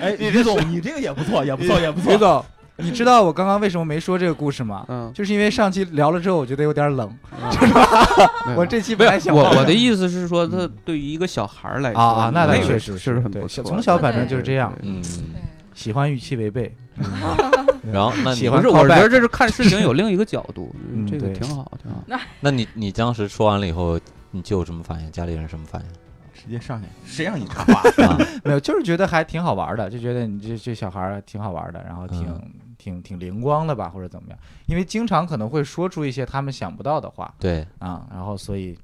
哎，于总，你这个也不错，也不错，也不
于
错。
总，你知道我刚刚为什么没说这个故事吗？
嗯，
就是因为上期聊了之后，我觉得有点冷，
没有
我这期
啊没
本
有
来想
我嗯我的意思是说，他对于一个小孩儿来 说
啊啊，那倒
那个
确实
确实很
对
不
小
错。
从小反正就是这样，
对
嗯，
嗯
啊喜欢预期违背，
然后那你
喜
不
欢
是，我是觉得这是看事情有另一个角度，
嗯
这个
对
挺好，挺好。
那你你当时说完了以后，你舅什么反应？家里人什么反应？
直接上去，谁让你插话？
啊，
没有，就是觉得还挺好玩的，就觉得你这这小孩儿挺好玩的，然
嗯
后挺、挺挺灵光的吧，或者怎么样？因为经常可能会说出一些他们想不到的话
对，
啊，然后所以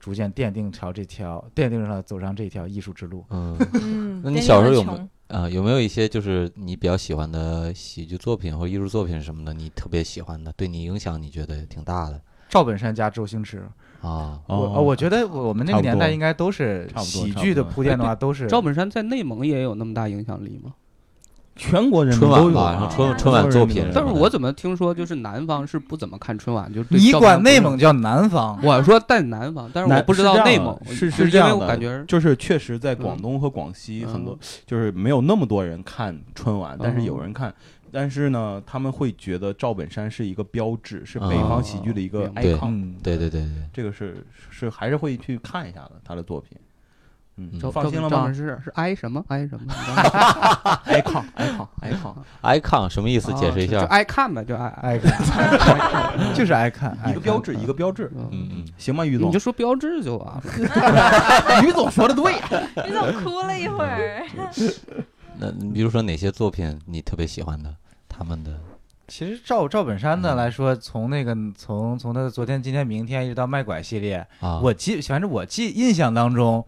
逐渐奠定朝这条奠定了走上这条艺术之路。
嗯，
嗯
那你小时候有没
没
有啊，有没有一些就是你比较喜欢的喜剧作品或艺术作品什么的，你特别喜欢的，对你影响你觉得挺大的
赵本山加周星驰，
啊？
我呃我觉得我们那
哦差
个
不
年代
多
应该都是
差不多
喜
差
剧的
不多哎
铺垫的话都是
赵本山在内蒙也有那么大影响力吗？
全国人民
春
都
晚
有
吧，
啊
然后春春晚作品什么的，
但是我怎么听说就是南方是不怎么看春晚，就对
你
赵本
管
山不是
内蒙叫南方，
我说在南方，但是我
南
不知
是这
道
样
内
的
蒙
是
是
是这
因
样
为我
的，
感觉
就是确实在
嗯
广东和广西很多
嗯，
就是没有那么多人看春晚，但是有
嗯
人看。但是呢，他们会觉得赵本山是一个标志，是
嗯
北方喜剧的一个
明白
icon，
嗯，
对对对对，
这个是是还是会去看一下的他的作品。嗯，
赵
放心了
赵
吗哎
本山是是挨什么挨什 么
？icon，icon，icon，
icon 什么意思？解释一
哦就
下。
爱看呗，就爱
爱
爱。
看，就是爱看，
一个标志，一个标志，
嗯
嗯，
嗯，
行吗，于
哎 你
总哎
就？说标志就完了。
于总说 的对，
你怎么哭了一会儿？
那你比如说哪些作品你特别喜欢的？他们的
其实赵赵本山呢
嗯
来说，从那个从从他的昨天、今天、明天一直到卖拐系列，
啊，
我记反正我记印象当中，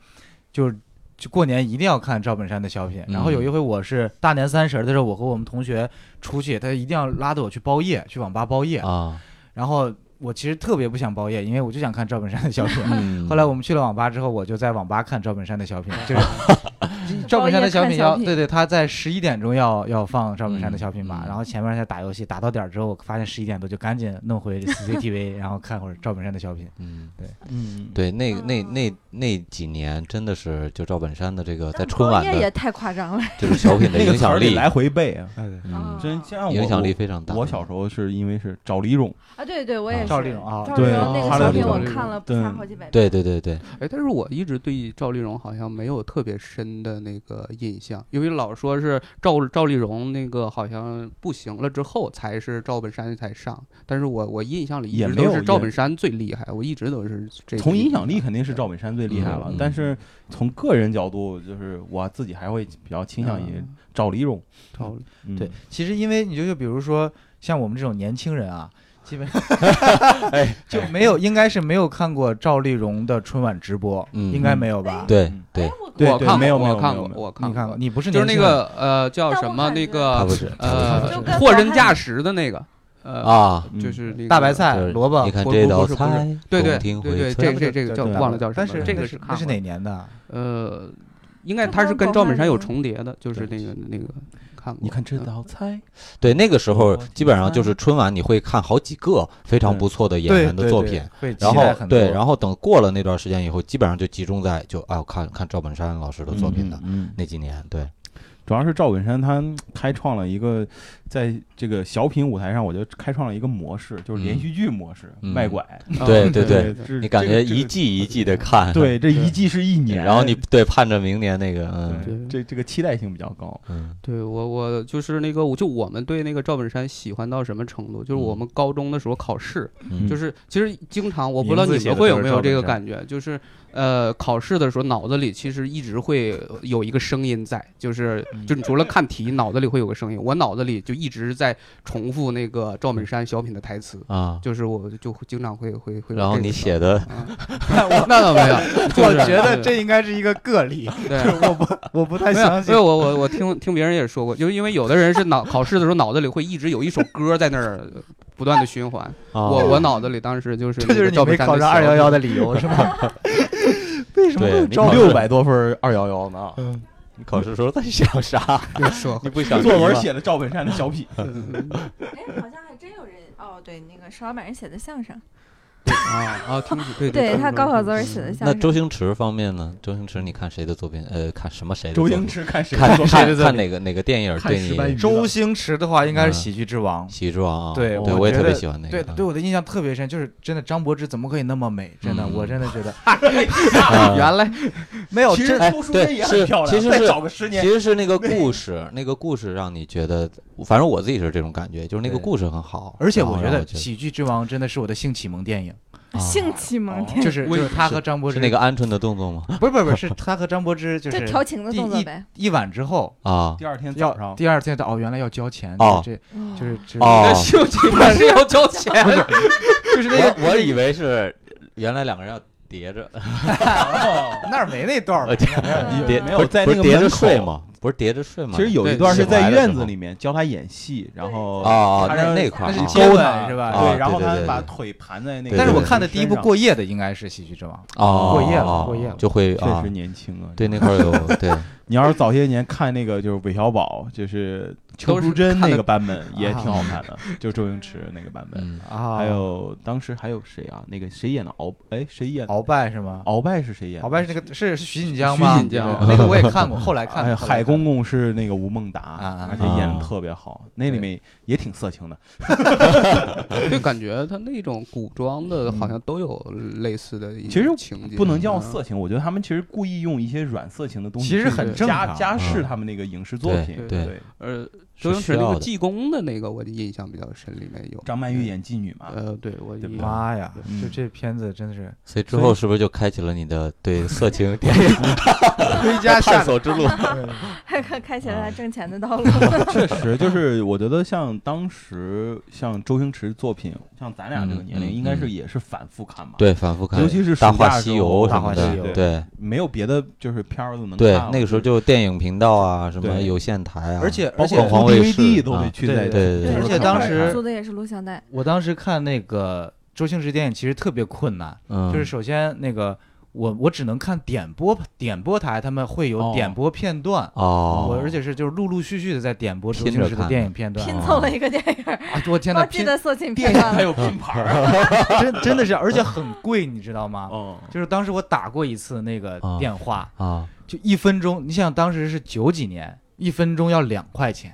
就是就过年一定要看赵本山的小品。然后有一
嗯
回我是大年三十儿的时候，我和我们同学出去，他一定要拉着我去包夜，去网吧包夜。
啊，
然后我其实特别不想包夜，因为我就想看赵本山的小 品。
嗯
后来我们去了网吧之后，我就在网吧看赵本山的小品，就是 赵
包
本山
夜
的小
看
品
小
要
品
对对，他在十一点钟要要放赵本山的小品嘛，
嗯嗯
然后前面在打游戏，打到点儿之后，我发现十一点多就赶紧弄回 CCTV，然后看会儿赵本山的小品。
嗯，
嗯，
对，那
哦
那那那几年真的是就赵本山的这个 在
但
春晚
包夜也
的
太夸张了，
这种小品的
那个
影
词儿
响
得
力，
来回背啊，
哎
嗯，
真像我
影响力非常大。
我小时候是因为是找李咏，
啊！对对，我也
啊
是
赵丽颖啊
赵丽
对
颖
啊
那个
他
小
的
品
那
我
个
看了不
对
下好几百遍。
对对对对，
哎，但是我一直对赵丽蓉好像没有特别深的那个印象，因为老说是赵赵丽蓉那个好像不行了之后才是赵本山才上，但是我我印象里一
也
直都
没有
是赵
也
本山最厉害，我一直都是这
从
这
影
一
响力
派
肯定是赵本山最厉害了，
嗯嗯
但是从个人角度，就是我自己还会比较倾向于
嗯
赵丽蓉。
赵丽
嗯
对，，其实因为你就就比如说像我们这种年轻人啊，基本 就没有应该是没有看过赵丽蓉的春晚直播，
嗯
应该没有吧？
对
哎
对，
对
我看
没有
过
没有
我看
没有
过，
没有
我看
你看过？你不是
就
年
是那
轻人
个呃叫
但
什
我
么
感
那
觉
他
个
不是
就
呃
跟
货
老
真
汉
驾实的那个呃
啊，
嗯
就是那个
大白菜
就是
哎萝卜
你看
不
这
不
道
不是不是
菜，
对对
宫廷
对
荟萃
对，这个这这个叫
对
忘了叫什么
但
了，
是
这个
那是
看
那是
过的
哪年的？
呃，应该
就
他是
光
跟
光
赵
看
本山有
那个
重叠的，就是那
对
个那个看过。
你看这
嗯
道菜，
对那个时候
我
基本上就是春晚，你会看好几个非常
对
不错的演
对
员的作品，，
对对会
然
期待
后
很
对，
多
然后等过了那段时间以后，基本上就集中在就啊看看赵本山老师的作品的
嗯，嗯
那几年，对，
主要是赵本山他开创了一个，在这个小品舞台上，我觉得开创了一个模式，就是连续剧模式，
嗯
卖拐。
啊
对对
对
对
对
是
你感
这
觉
个这
一
个
季一季的看，
对，这一季是一年，
然后你对盼着明年那个，嗯
对这这个期待性比较高。
嗯
对我我就是那个，我就我们对那个赵本山喜欢到什么程度？就是我
嗯
们高中的时候考试，
嗯，
就是其实经常我
名
不知道
字
你
写
们
的
会
就
有
是
没
赵
有这
本
个
山
感觉，就是呃考试的时候脑子里其实一直会有一个声音在，就是
嗯
就你除了看题，脑子里会有个声音。我脑子里就一直在重复那个赵本山小品的台词，
啊，
就是我就会经常会会会有
然后
这个
你
声
写的
啊， 那倒没有，就
我
是
觉得
对
这应该是一个个例，
对。
我不我不太
没有，
相
因
信
为。我我我听听别人也说过，就是因为有的人是脑考试的时候脑子里会一直有一首歌在那儿不断的循环。
啊，
我我脑子里当时就是
哦这就是你
赵
没
本山
考上二幺幺的理由是吗？为什么
对
会
你
招
考
六
六
试
百多分，二幺幺呢，
你考试时候在想啥？
的社
你不
会。
想
作文
提吗
写的赵本
嗯
山的小品，
哎，好像还真有人哦，对，那个石老板人写的相声，
啊啊，听起对
对
对
他高考作文写的像
那
什么？
周星驰方面呢？周星驰，你看谁的作品？呃，看什么谁的作
周
品？
星驰看谁
看
作品
看看哪个哪个电影
看
对
石斑鱼
你
周星驰的话应该是
嗯
喜剧之王，
喜剧王啊？
对
对，
我
我也
觉
特别
得
喜欢那
对
个。啊
对我的印象特别深，就是真的张柏芝怎么可以那么美？真的，
嗯
我真的觉得
啊
原来没有
其实
真
哎
郭书
对
珍也
是
很漂亮，
其实
再
是
找个十年
其，实是那个故事，那个故事让你觉得，反正我自己是这种感觉，就是那个
对
故事很好。
而且
哦然后
我觉
让
得《喜剧之王》真的是我的性启蒙电 影，
啊
性启蒙天，
就是就是他和张柏
是
芝
那个鹌鹑的动作吗？
不是不是不是，是他和张柏芝就
就是调情的
第
动作
一
呗。
一晚之后
啊
第二天早
要
上
第二天的哦，原来要交钱
哦
就是
嗯
这就是这
哦
那秀琴不是要交钱，
就是 那个
我我以为是原来两个人要叠着，
那儿没那段儿吧，
嗯
叠
没有在
不
那
是
个
叠着
门口
睡吗？不是叠着睡吗？
其实有一
对
段是
醒来
在
的
院
时
子
候
里面教他演戏，然后
哦，
他
那
让
那块儿
那是
啊
接
勾
吻
他
是吧
啊
对，然后
对对
他
对
把
对
腿盘在那个。
但是我
呃对
看的第一部
身上
过夜的应该是《喜剧之王》，
哦，
过夜了
哦
过夜了
就会
确
啊
实，年轻啊。
对那块儿 有对
你要是早些年看那个就是韦小宝，就是邱
都是
淑贞
看
那
的
个版本也挺好看的，就周星驰那个版本。
嗯
啊，
还有当时还有谁啊？那个谁演的鳌？哎，谁演的？
鳌拜是吗？
鳌拜是谁演的？
鳌拜是那个是是徐锦江吗？
徐锦 江
对那个我也看过，后来看
哎
的
呀，
后来
海
看
公公是那个吴孟
啊
达，而且演的特别好，那里
对
面也挺色情的。
就感觉他那种古装的，好像都有类似的一
其实
种情节，
不能叫色情，我觉得他们其实故意用一些软色情的东西去
其
加，
实很正常
加
嗯
饰他们那个影视作
对
品。
对
对，
呃，
是
周星
需
驰那
要
个
的
济公的那个，我印象比较深，里面有
张曼玉，演妓女嘛，
呃，对我
对
印
吧
象
妈呀，
嗯
就这片子真的是
所以之
所以
后是不是就开启了你的对色 情电影
回家
探索之 路？
还看 开启了他挣钱的道路。
确实，就是我觉得像当时像周星驰作品，像咱俩这个年龄，
嗯
应该
嗯
是也是反复看吧。，
对，反复看，
尤其是
《大
暑
话
假
西
时
游
候》
什
大
么
话西
的，
游
对
没有别的就是片儿都能看
对
了。，
那个时候
就
就电影频道啊，什么
对
有线台啊，
而且
包
而
括
凤
且
凰
租
卫视
DVD 都
啊
得去
对
在
对对
对，
而且当时
租的也是录像带，
我当时看那个周星驰电影其实特别困难，
嗯，
就是首先那个我我只能看点播点播台，他们会有
哦
点播片段。我
哦，
而且是就是陆陆续续的在点播周
拼着
星驰的
看
电影片段
拼
着，
凑了一个电影儿，
啊我啊天
我
哪，
记
拼
得色情片
电影
段
还
了。
有拼盘儿。
真真的是，而且很贵，你知道吗？
哦，
就是当时我打过一次那个
啊
电话，
啊
就一分钟，你想当时是九几年，一分钟要两块钱。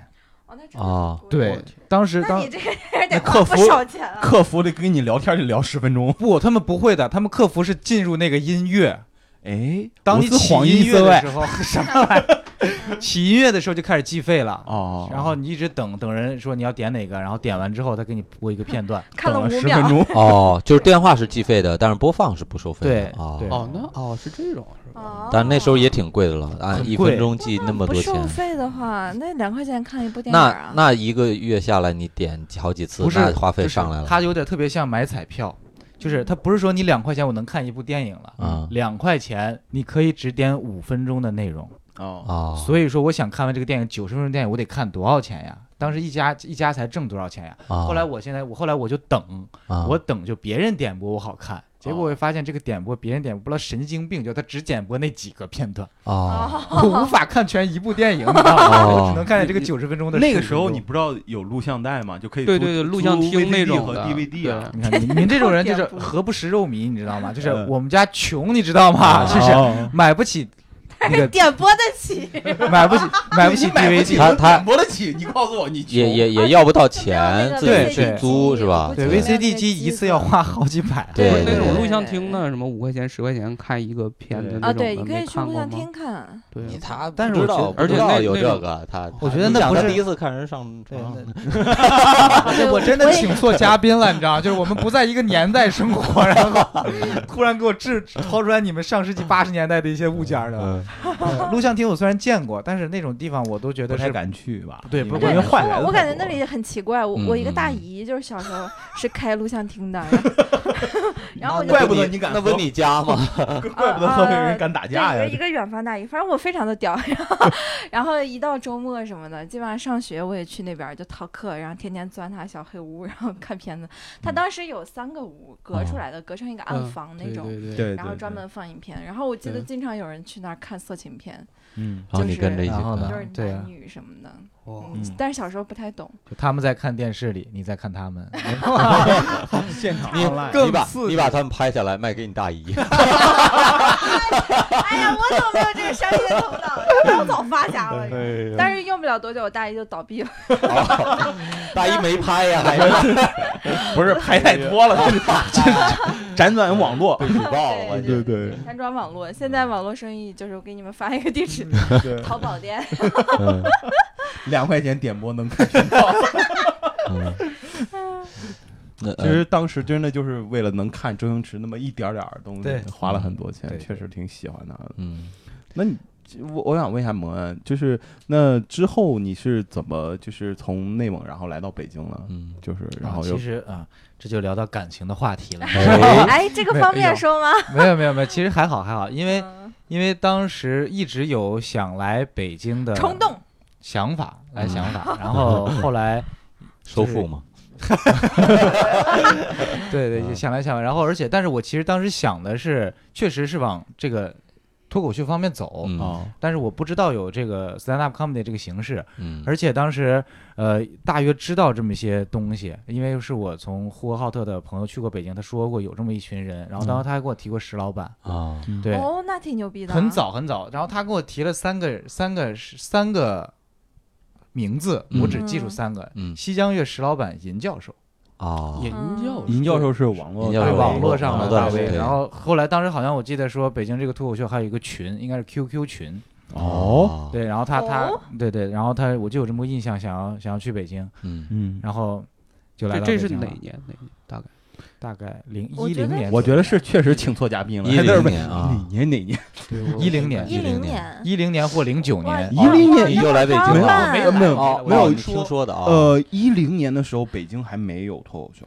哦，那真的
啊
很贵，
对，当时
那
当
你这个电影得
那
花
客
不
服
少钱啊。
客服得跟你聊天就聊十分钟。
不，他们不会的，他们客服是进入那个音乐，
哎，
当
我
你
是
起
黄
音
衣
乐
色
的
哎
外
时候，什么玩意儿？ 起音乐的时候就开始计费了。
哦，
然后你一直等等人说你要点哪个，然后点完之后他给你播一个片段。
看了五
十分
秒，
钟。
哦，就是电话是计费的，但是播放是不收费
对
的啊。
对
哦，那哦是这种是吧？
哦
但那时候也挺贵的了，按
很
一
贵
分钟计那么
不
多
收
钱，
费的话，那两块钱看一部电影
那
啊，
那一个月下来你点好几次，
不是
那花费
就是
上来了。
他有点特别像买彩票，就是他不是说你两块钱我能看一部电影了，
嗯
两块钱你可以只点五分钟的内容。
哦，
啊，
所以说，我想看完这个电影九十分钟电影，我得看多少钱呀？当时一家一家才挣多少钱呀？
哦
啊
后来我现在我后来我就等，
啊
我等就别人点播我好
哦
看，结果我发现这个点播别人点播不了神经病，就他只点播那几个片 段，
啊
哦
我无法看全一部电影，你知道吗？
哦
我只能看见这个九十分钟的。
那个时候你不知道有录像带吗？就可以
对
租
对对，录像
租
厅那
VCD
种
和
的
DVD 啊。
你看您您这种人 就是
点播
何不食肉糜，你知道吗？就是
嗯哦
我们家穷，你知道吗？就是
是
买不起那
还
个
点播得起，
买不起买不起
买不
DVD，
他
能
他
点播得起，你告诉我你
也
穷
也
啊
也要不到
没有
钱
那，个
自
对
己去
对
租是吧？
对
对
对
VCD 机一次要花好几百。
对
不是那
对
种录
对
像
对
厅的，什么五块钱、十块钱看一个片的
对
那
啊，
种的，
对，你可
没
以去
看
录
过
像
吗？
厅看。
对，
你他
但是
不
我
知
觉
道
得
不
而且
知道
那
有
那
这
种
个，他
我觉得
你
那
想
不
他
是
第一次看人上
对
床，啊
啊
我真的请错嘉宾了，你知道吗？就是 我们不在一个年代生活，然后突然给我制掏出来你们上世纪八十年代的一些物件儿的。
嗯
呃 录像厅我虽然见过，但是那种地方我都觉
不
得
太
是
敢去吧？
对不
因
是
为
对，
坏孩子
我我感觉
太多
那里很奇怪。我
嗯
我一个
嗯
大
嗯
姨，就是小时候是开录像厅的，然后 然后我就
怪不得你敢
那不
喝
你家 吗？
了，怪不得合肥人敢打
对，
架
一个一
呀！
个远方大姨，反正我非常的屌。然后， 然后一到周末什么的，基本上上学我也去那边儿就逃课，然后天天钻他小黑屋， 然后看片子。他当时有三个屋隔出来的，隔成一个暗
嗯
房那
对
种。
对对
对，
然后
对
专，门放影片，然后我记得
对
经常有人去那儿看色情片，
嗯，
哦然后你跟着一起
然后
看
呢
就是
对啊
男女什么的。
哦
嗯
嗯
但是小时候不太懂。
就他们在看电视里，你在看他 们，
现场
你
online
你把你把他们拍下来卖给你大 姨，
哎呀，我怎么没有这个商业头脑呀？ 要不然我早发家
哎
了。
哎
但是用不了多久，我大姨就倒闭了。
大姨没拍呀，还是
不是拍太多了，辗转网络，
被举报了，我
对
觉得。
对
山庄网
嗯
络现在网络生意就是我给你们发一个地址，
对，
淘宝 店。
两块钱点播能看。
那
其实当时真的就是为了能看周星驰那么一点儿点儿东西
对，
花了很多钱
对，
确实挺喜欢他的。
嗯，
那你我我想问一下蒙恩，就是那之后你是怎么就是从内蒙然后来到北京了？
嗯
就是然
然
后
后
又
其实啊，这就聊到感情的话题了。
哎，这个方
没有
便说吗？
没有没有没有，其实还好还好，因
哎
为
嗯
因为当时一直有想来北京的
冲动，
想法，来想 法，然后后来
嗯收腹嘛，
对对，
嗯
就想来想，然后而且，但是我其实当时想的是，确实是往这个脱口秀方面走，
嗯
哦
但是我不知道有这个 stand up comedy 这个形式，
嗯，
而且当时呃大约知道这么一些东西，因为是我从呼和浩特的朋友去过北京，他说过有这么一群人，然后
嗯
当时他还给我提过石老板，
啊，
对，
哦，那挺牛逼的。
很，早很早，然后他给我提了三个三个三个名字，我只记住
嗯
三个，
嗯
西江月石老板尹教授。
啊，
嗯
教
尹教授是网络
尹教授
对
是
网
络
络上
网
的
络
大
大 V，
V。
对
然后后来当时好像我记得说，北京这个脱口秀还有一个群，应该是 QQ 群。
啊
哦，，
对，然后他他
哦
对对，然后他我就有这么个印象，想要想要去北京，
嗯，
嗯，
然后就来
这
到
这
北
是
京
哪
了
年？哪年？大概
大概零
我
一
觉得
零年左右，
我觉得是确实请错嘉宾了，
10
还在 那儿问
年啊
哪年哪年？
一零年
一
10年
零年，
一零年或零九年。
哇
10
哇
年
哦你就来北京
那
了
么
没有没
慢
有
哦，
没有
哦你
说
听说的啊，
呃，一零年的时候北京还没有脱口秀，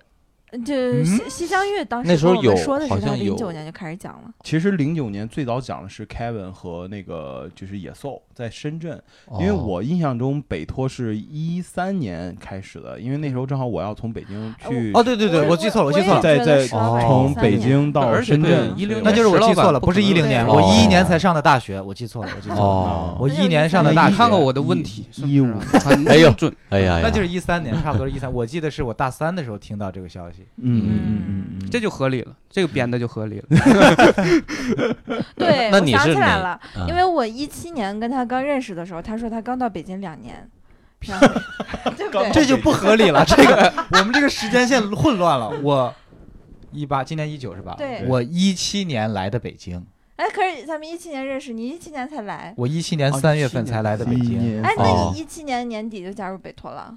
就
嗯
西西江月当时
那时候
跟我们
有
说的
好
是他
像有嗯
零九年就开始讲了，
其实零九年最早讲的是 Kevin 和那个就是野兽在深圳，
哦，
因为我印象中北托是一三年开始的，因为那时候正好我要从北京去
哦，对对对，
我
我记错了，记错
我
了
也，
在
觉
在
得石老板
从
13
北
年
京到深圳，
一零
那就是我记错了，不是一零年，
对
我
哦
一一年才上的大学，我记错了，我记错了，
哦，
我一年上的
你
大学，
看看我的问题，是不是
一五
很
哎呦
准，
哎呀呀，
那就是一三年，差不多是一三，我记得是我大三的时候听到这个消息。
嗯嗯嗯嗯嗯，
这就合理了，这个编的就合理了。
对，
那
我
你
想
是
起来
哪
了，
嗯
因为我一七年跟他刚认识的时候，他说他刚到北京两年，然后对不对？
这就不合理 了。这个我们这个时间线混乱了。我一八，今年一九是吧？
对
我一七年来的北京，
哎，可是咱们一七年认识，你一七年才来，
我一七年
嗯
哦
三月份才来的北
一
京。
年
哎，那
哦
你一七年年底就加入北托了？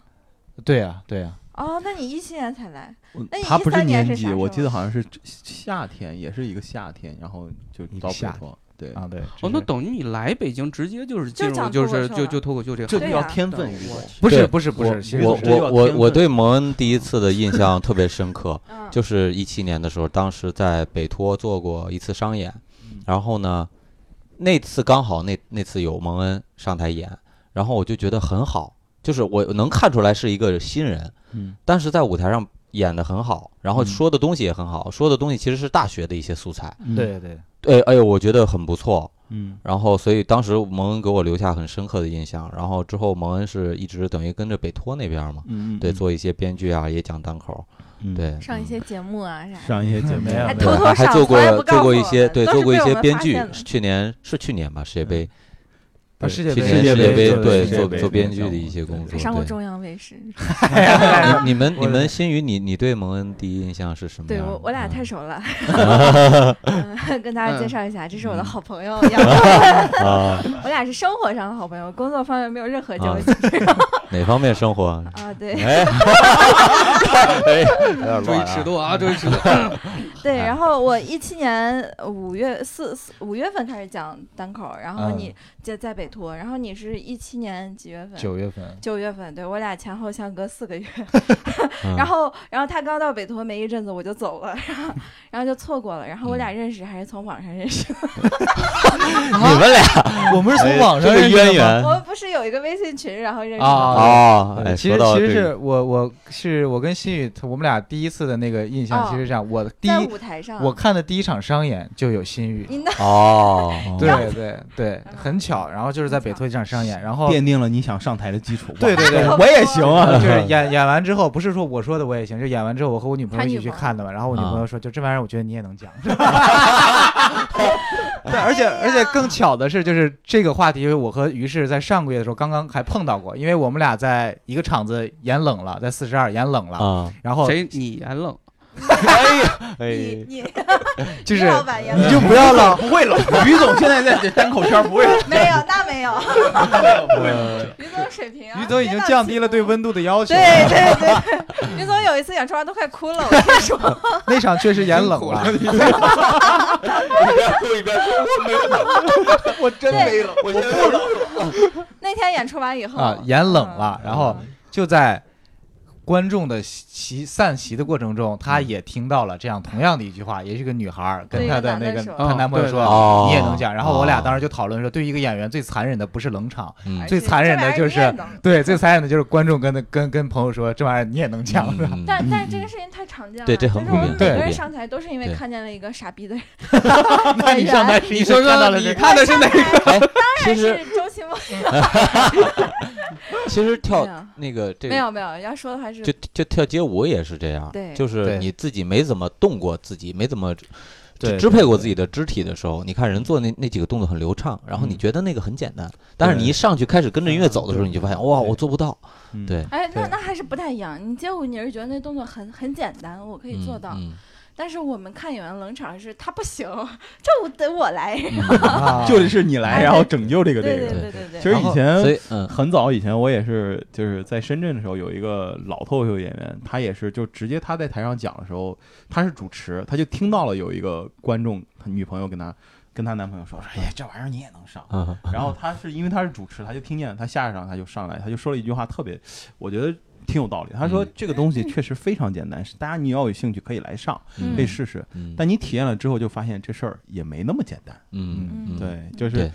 对啊，对啊，
哦，那你一七年才来，那你
他不
13年
年
是
底，
啥时
我
候啊
记得好像是夏天，也是一个夏天，然后就
一个
到北
夏
托，对，
啊对。
哦，那等于你来北京，直接就是进
就
入
讲
就是
脱口秀
就
了
就脱口秀这个
这
对
就要
啊
天分与
我
我
不
对
是不是不是，其实
我
不是
我我我对蒙恩第一次的印象特别深 刻，
嗯，
就是一七年的时候，当时在北托做过一次商演，
嗯
然后呢，那次刚好那那次有蒙恩上台演，然后我就觉得很好，就是我能看出来是一个新人，
嗯，
但是在舞台上演的很好，然后
嗯
说的东西也很好，说的东西其实是大学的一些素材，
对对
对，哎呦，我觉得很不错，
嗯
然后，所以当时蒙恩给我留下很深刻的印象。然后之后，蒙恩是一直等于跟着北托那边嘛，
嗯，
对，做一些编剧啊，也讲单口，
嗯
对，
上一
嗯
些节目啊啥的。
上一些节目
没有
还
没
偷
对，
偷
还还
上
做
从来
过
不
做
告
过
诉
一
我
些
们
对，
都
做
是
过一
被我
些
们
编
发
剧
现。的嗯
去年是去年吧，世界杯，
啊，
对
世界
去
杯
年
世界
界
杯
杯，
做的
对，
世界
做
杯
做
那
编
个
剧
项
的一
目
些
对
工
对
还
作。
上过
对，嗯
中央卫视，
你们你
我
们新宇，你你对蒙恩第一印象是什么
对
样的？
我我俩太
嗯
熟了，嗯跟大家介绍一下，这是我的好朋 友杨
嗯啊，
我俩是生活上的好朋友，工作方面没有任何交
啊
集
哪方面生活？
啊。对
哎，哎，有点
注意
乱
尺
啊。
度 啊，注意尺度。
对，
哎
然后我一七年五月四四五月份开始讲单口，然后
嗯
你在在北托，然后你是一七年几月份？
九月份，
九月份，对我俩前后相隔四个月，
嗯
然后然后他刚到北托没一阵子我就走了，然后然后就错过了，然
嗯
后我俩认识还是从网上认识的，
你们俩
我们是从网上
这个
认识的
渊
吗
源
我们不是有一个微信群然后认识的
啊
吗，
哦，
对
哎
其
说
实
到
其
这
实
个
是我我是我跟新宇，我们俩第一次的那个印象
哦
其实是这样，我第
在
一
舞舞台上，
我看的第一场商演就有心语，
你那
哦，
嗯
对啊对对，很巧。然后就是在北托一场商演，然后
奠定了你想上台的基础。
对对对，
我也行啊。
就是 演演完之后，不是说我说的我也行，就演完之后我和我女朋友
他
一
女
起去
朋友
看的嘛。然后我女
啊
朋友说，就这玩意儿，我觉得你也能 讲。对，而且
哎
而且更巧的是，就是这个话题，我和于是在上个月的时候刚刚还碰到过，因为我们俩在一个场子演冷了，在四十二演冷了，
啊，
然后
谁你还冷？
你你
哎就是
你老板也
你就不要老
不会冷，于总现在在单口圈不会冷，
没有，那 没有，
不会冷。
于总水平啊，
呃于总已经降低了对温度的要求
别。老 对对对对，于总有一次演出完都快哭了，我跟你说，
那场确实演冷 了，啊
一边 我真
没
冷，我现在不冷。
那天演出完以后
啊，演冷了，
嗯
然后
嗯
就在观众的席散席的过程中，她也听到了这样同样的一句话，也是个女孩儿跟
对
她
一个
的
男
那
的
个
说
她男朋友说，
哦对
你也能讲。然后我俩
哦
当时就讨论说，对于一个演员最残忍的不是冷场，
嗯
最残忍的就是嗯
这玩意儿你也能
对，最残忍的就是观众跟他跟跟朋友说，这玩意儿你也能讲。
嗯
但但是这个事情太常见了，
对这很
就是
普
我们
遍
每
对
个
普
人
遍
上台都是因为
对
看见了一个傻逼的人。
那你上台是
你
因
说
为看到
说
了
你
这个，
看的是哪个？
个？
哎，其
但
实
是周奇墨
其实
没有
跳那个这
没
个
有没有，要说的还是
就就跳街舞也是这样，
对
就是
对
你自己没怎么动过自己，没怎么
对
就支配过自己的肢体的时候，你看人做那那几个动作很流畅，然后你
嗯
觉得那个很简单，但是你一上去开始跟着音
嗯
乐走的时候，你就发现哇，我做不到，
嗯
对，
哎，那
对
那还是不太一样。你街舞你是觉得那动作很很简单，我可以做到，
嗯
但是我们看演员冷场是他不行，这舞得我来。
啊
就得是你来，然后拯救这个这
对
个。
对对对
其实以
嗯，所
前
以嗯
很早以前，我也是就是在深圳的时候，有一个老脱口秀演员，他也是就直接他在台上讲的时候，他是主持，他就听到了有一个观众他女朋友跟他跟他男朋友说：“哎呀，这玩意儿你也能上。”
嗯
然后他是因为他是主持，他就听见了，他下一场他就上来，他就说了一句话，特别，我觉得挺有道理。他说
嗯
这个东西确实非常简单，是大家你要有兴趣可以来上，
嗯
可以试试。
嗯
但你体验了之后，就发现这事儿也没那么简单。
嗯嗯，
对，就是
对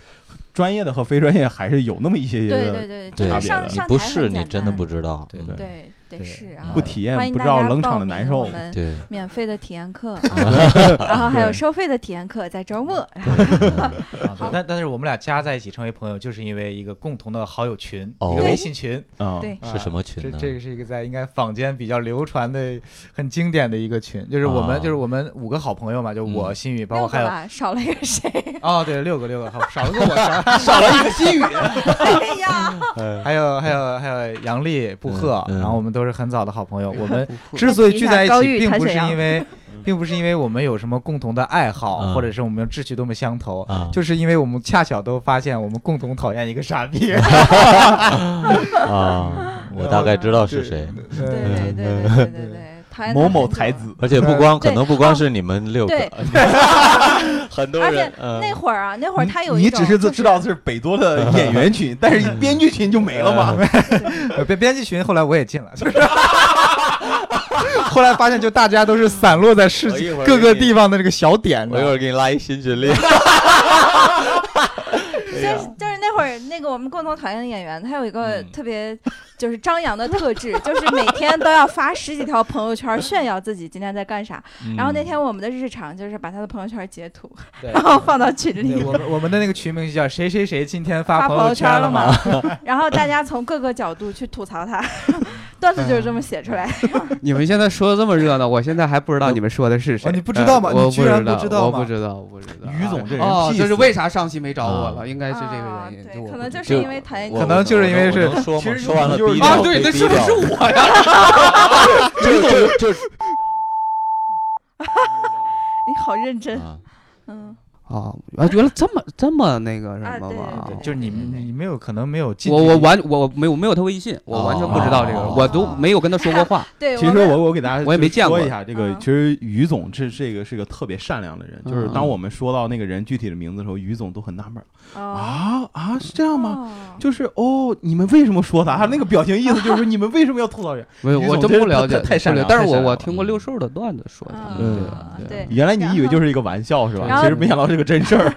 专业的和非专业还是有那么一些些
对
的
对
对
对，就是
差别
上
的
你
上台
不
很
试你
简
真的
单
不知道，嗯
对
对
对得
对
试啊，
不体验
欢迎
不
大
知道
家
冷场
报
的难
名
受
我。们
对，
免费的体验课，啊然后还有收费的体验课，在周末。
啊对但但是我们俩加在一起成为朋友，就是因为一个共同的好友群，
哦
一个微信群。
嗯，
对
是什么群
啊这
呢？
这个是一个在应该坊间比较流传的很经典的一个群，就是我们、
啊
就是我们五个好朋友嘛，就我
嗯
新宇，包
六
括
个
还有
吧，少了一个谁？
哦对六个六个好少了个 我少了，
少了一个心语。
哎呀，
还有还有还有杨丽、布赫，
嗯嗯
然后我们都是很早的 好朋友，我们之所以聚在一
高
起，
玉
并
他
不是
沈阳
因为并不是因为我们有什么共同的爱好，
嗯
或者是我们志趣多么相投。
啊，
就是因为我们恰巧都发现我们共同讨厌一个 傻 逼，
啊，我大概知道是谁，嗯
对对对对对对对，讨厌他
某某
很久
才
了。
子，
而且不光可
对
能不光是你们六
对
个， 很多
而且
人，嗯
那会儿啊，那会儿他有
你
一
你
种
只是
就
知道是北多的呃演 员群，但是编剧群就没了嘛。
呃编编辑群后来 我也进了，就是后来发现就大家都是散落在世
我
哎
一
界
会儿
各
给
个
你
地方的这个小点，
我一会儿给你拉一新群里，
就是就是那会儿那个我们共同讨厌的演员，他有一个
嗯
特别就是张扬的特质，就是每天都要发十几条朋友圈炫耀自己今天在干啥。
嗯
然后那天我们的日常就是把他的朋友圈截图，
对
然后放到群里
对。我们我们的那个群名就叫谁谁谁今天
发
发
朋友
友
圈
了啊
了吗？？ 然后大家从各个角度去吐槽他， 段子就是这么写出来。
你们现在说的这么热闹，我现在还不知道你们说的是谁。
哦你不知道吗
呃我
你居然
不
不知道
我
吗
不知道，我不知道。
于总这人
哦，
屁
就是
死
为啥上期没找我
啊
了？应 该是这个
啊
原因。嗯
对
哎就我
可能
不
就
知
是
就
因为讨厌
我
可能就是因为是
我能说
其
嘛，
实
说完了
就是
低
道
调
啊，对，
被
那
低
是不
调
是我呀？
就是就是
你好认真，
啊
嗯，
哦，啊，原来这么这么那个什
啊
么
对对
嘛
对。
就是你
对对
你没有可能没有进
我
去
我完我我没有没有他微信，我完全不知道这个，
哦
我都没有跟他说过 话。
对。
其实
们
我我给大家
我也没
就
见过
说一下这个，
嗯
其实于总这这个是个特别善良的人，就是
嗯
当我们说到那个人具体的名字的时候，于总都很纳闷儿
哦
啊啊是这样吗？
哦
就是哦，你们为什么说他？啊 他那个表情意思就是说你们为什么要吐槽人？
没有，
于
我
总
真不
真是
了解，
太太善
不了
良
但是
太
我
善
我
良
听过六兽的段子说的。
啊
嗯
对
对
原来你以为就是一个玩笑是
然
吧？
后
其实没想到是个真事儿。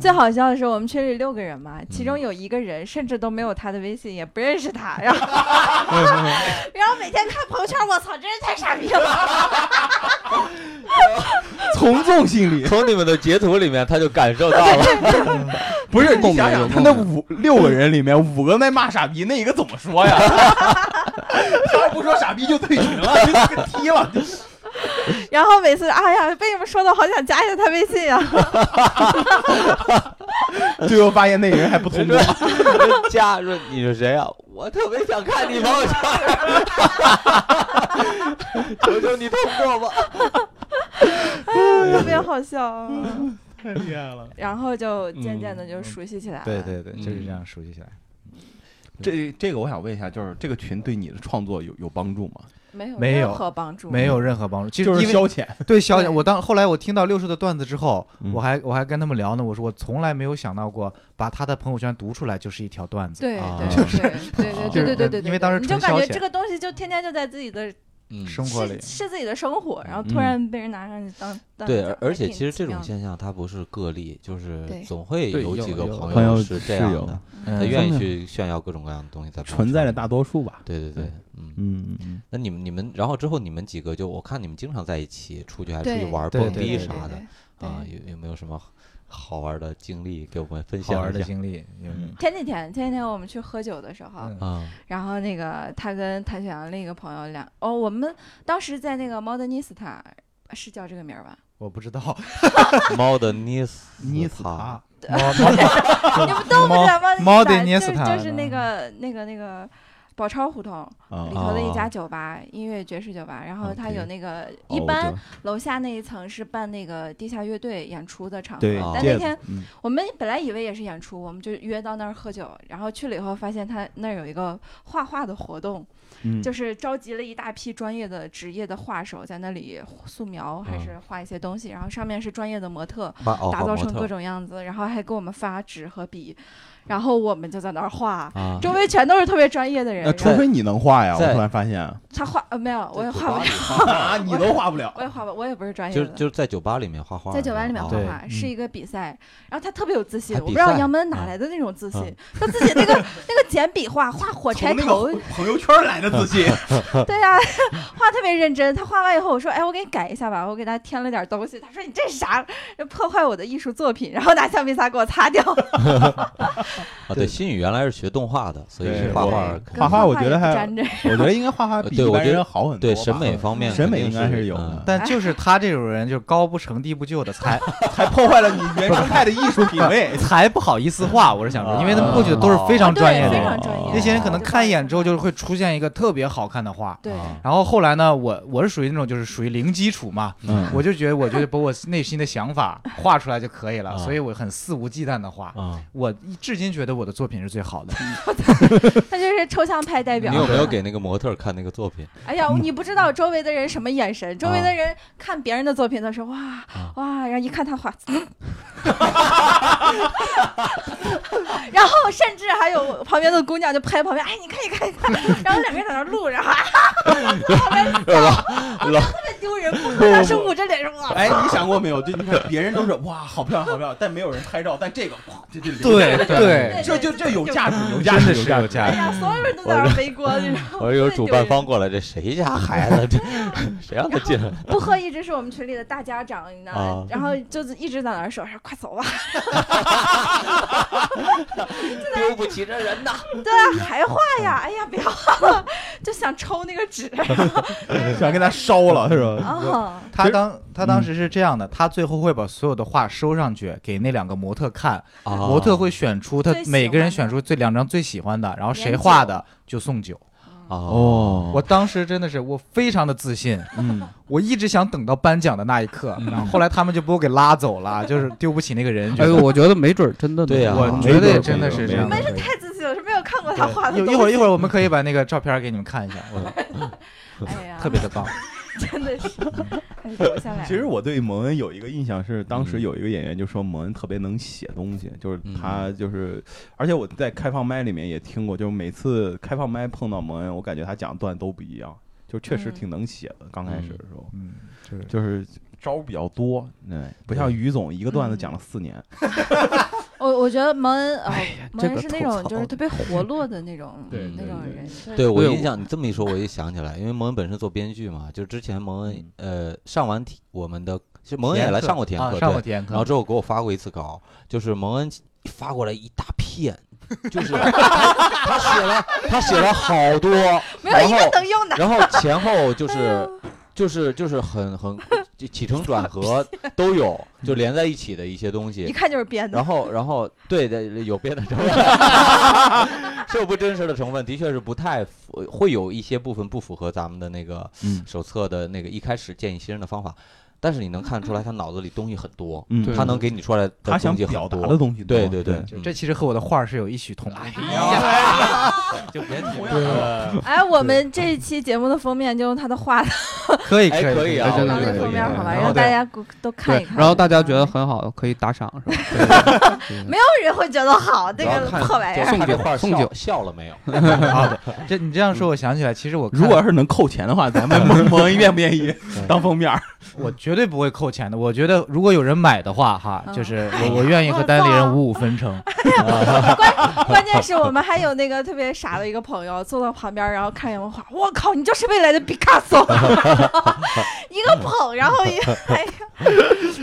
最好笑的是，我们群里六个人
嗯
嘛，其中有一个人甚至都没有他的微信，也不认识他，然后 然后每天看朋友圈，我操，真是太傻逼 了。
从众心理，
从你们的截图里面，他就感受到了。
不是
共鸣
你想想
有
他
共
那
鸣
五六个人里面，五个在骂傻逼，那一个怎么说 呀？他要不说傻逼就退群 了，就给踢了。
然后每次，哎呀，被你们说的好想加一下他微信 啊。
最后发现那人还不通过，
加说你是谁啊？我特别想看你朋友圈，求求你通过吧。
特别好笑、啊，
嗯太厉害了。
然后就渐渐的就熟悉起来了。
嗯对对对，
嗯
就是这样熟悉起来。
这这个我想问一下，就是这个群对你的创作有有帮助吗？
没有
没有
任何帮助，
没有任何帮助，其实
就是
因为
消遣，
对消遣。
对
我当后来我听到六叔的段子之后，
嗯
我还我还跟他们聊呢，我说我从来没有想到过把他的朋友圈读出来就是一条段子。
对。
啊
对
就
对对对对对对对，
因为当时
你就
纯
感
消
觉
遣
这个东西就天天就在自己的
嗯
生活里
是，是自己的生活，然后
嗯
突然被人拿上去当当
对，
讲
而而且
还挺
其实这种
奇妙
现象它不是个例，就是
对
总会
对
有
有
几个
有
朋
朋友
是这
是
样
有
的，他
嗯
愿意去炫耀各种各样的东西在朋友
存在
圈
着
里
大多数吧。
对对对
对，
嗯，
嗯，嗯
那你们你们，然后之后你们几个就我看你们经常在一起出去还出去
对
玩儿
对
蹦
对
迪
对
啥的
对对
啊，有有没有什么好玩儿的经历给我们分
好
享
玩
一
的
下？
经历，有没有
嗯
前几天前几天我们去喝酒的时候，
嗯
啊，
然后那个他跟谭雪阳另一个朋友两哦，我们当时在那个 Modernista 是叫这个名儿吧？
我不知 道，
猫的捏死
你
它，
他
你们都不知道
Modernista 嗯
就是就是那个那个那个宝钞胡同
嗯啊
里头的一家酒吧，音乐爵士酒吧。然后它
哦 OK
有那个
哦
一
我
般
知道
楼下那一层是办那个地下乐队演出的场合
对，，
但
戒
那
指
天
嗯
我们本来以为也是演出，我们就约到那儿喝酒，然后去了以后发现他那儿有一个画画的活动，
嗯
就是召集了一大批专业的职业的画手在那里素描还是画一些东西，然后上面是专业的模特，
把嗯哦
打
好
造
模
成
特
各种样子，然后还给我们发纸和笔，然后我们就在那儿画。
啊，
周围全都是特别专业的人
那，除非你能画呀！我
在
突然发现
他画呃没有，我也
酒
画不
吧
了
里，
啊，你都画不了
我也画不，我也不是专业
就
的。
是就是在酒吧里面画画儿是吧，
在酒吧里面画
啊
对
画是
嗯
一个比赛，然后他特别有自信，
还
我
比
不知道
赛
杨门
啊
哪来的那种自
啊
信，他自己那个那个简笔画画火柴
从那
头
个，朋友圈来的自信，
对呀、 画特别认真。他画完以后，我说：“哎，我给你改一下吧，我给他添了点东西。”他说：“你这是啥？破坏我的艺术作品！”然后拿橡皮擦给我擦掉。
啊，对，新宇原来是学动画的，所以
对
是 画
我
画儿肯
跟
定
画画我觉
也
得
不
还
沾着，
我觉得应该画画
呃
比
对
一
我
般
觉得
人好很多
对
吧，
审
嗯
美方面
审
肯
美
定
应该
是
是有
嗯
的，
但就是他这种人，就是高不成低不就的，才。
还破坏了你原生态的艺术品味
才不好意思画。我是想说，因为他们过去的都是非常专业
哦对，
的人，
非常专业。
那些人可能
对
看一眼之后，就是会出现一个特别好看的画。
对
啊
然后后来呢，我我是属于那种就是属于零基础嘛，
嗯
我就觉得我觉得把我内心的想法画出来就可以
啊
了，所以我很肆无忌惮的画。
啊，
我至今觉得我的作品是最好的，
他就是抽象派代表
你。有没有给那个模特儿看那个作品？
哎呀，
嗯
你不知道周围的人什么眼
啊
神，周围的人看别人的作品的时候，哇哇，然后一看他画， 然后甚至还有旁边的姑娘就拍旁边，哎，你看你看你看，然后两个人在那录，然后 啊，
老老
特别丢人，不合上是捂着脸说，哇，
哎，你想过没有？就你看别人都是哇，好漂亮，好漂亮，但没有人拍照，但这个哇，这这
对
这
对
这就这有价值，有价
真的
值，
是有
值。
价
哎
值。
呀，所有人都在那儿围观，你知道吗？
我有主办方过来，这谁家孩子？这 谁让他进来？
不喝一直是我们群里的大家长，你知道
啊
吗？然后就是一直在那儿说说快走吧，
丢不起这人呐！
对啊，还画呀，哎呀，不要画了，就想抽那个 纸
想给他烧了是吧？
啊。
他当他当时是这样的，他最后会把所有的画收上去给那两个模特看，
啊，
模特会选出他
最喜欢的
每个人选出最两张最喜欢的，然后谁画的就送酒。
哦，
哦，
我当时真的是我非常的自信，
嗯，
我一直想等到颁奖的那一刻，然后后来他们就把我给拉走了，就是丢不起那个人。觉
哎，
得
我觉得没准儿真的能
对呀
我
没
觉得
准儿
真的是这样的
没。事，太自信了，是没有看过他画的
对有
东西。
一会儿一会儿我们可以把那个照片给你们看一下，我
哎 呀，
特别的棒。
真的是还是留下来。
其实我对蒙恩有一个印象是，当时
嗯
有一个演员就说蒙恩特别能写东西，就是他就是，而且我在开放麦里面也听过，就是每次开放麦碰到蒙恩，我感觉他讲的段都不一样，就确实
嗯
挺能写的。刚开始的时候，
嗯，就是
就是招儿比较多，对，不像于总一个段子讲了四年，
我我觉得蒙恩，哦
哎呀，
蒙
这
恩
个
是那
吐
种
槽
就是特别活络的 那种
对
那
对
种
对
人，
对我
对
印
我
象，你这么一说，我一想起来，因为蒙恩本身做编剧嘛，就是之前蒙恩呃上完体我们的，其实蒙恩也来上过体验课，
啊、上过
对
嗯体验课，
然后之后给我发过一次稿，就是蒙恩发过来一大片，就是 他写了他写了好多，
没有
然
一个
后
能用的。哎
然后前后就是就是就是很很就起承转合都有，就连在一起的一些东
一
西。
看就是编的
然。后，然后，对的，有别的成分，是有不真实的成分，的确是不太符，会有一些部分不符合咱们的那个
嗯
手册的那个一开始建议新人的方法，但是你能看出来他脑子里东西很多，
嗯
对
他能给你出来的
他想
东西很
表达
多
的东西多，
对对对，
就
嗯
这其实和我的画儿是有异曲同工。就别提了，
哎，我们这一期节目的封面就用他的画
可以
哎
以
可以啊
真
当
的
我觉
做
得
可
封
以。
面好吧，
然后
让
对
大家都都看一
对
看。，
然后大家觉得很好，可以打赏是吧？
没有人会觉得好，这
然后
个
看
破玩意
就
儿。
看
送
这
酒
画
送
笑
酒
笑了没有？
好的，这你这样说，我想起来，其实我看
如果要是能扣钱的话，咱们蒙蒙愿不愿意当封面儿？
我绝对不会扣钱的，我觉得如果有人买的话，哈，
嗯
就是我我愿意和单立人五五分成。
关键是我们还有那个特别傻的一个朋友坐到旁边，然后看原文画，我靠，你就是未来的毕卡索，一个捧，然后一个哎呀，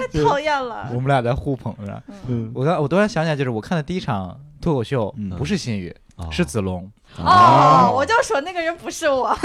太讨厌 了。
我们俩在互捧着。
嗯
我刚我突然想起来，就是我看的第一场脱口秀
嗯
不是新宇，
哦
是子龙。
哦，我就说那个人不是我，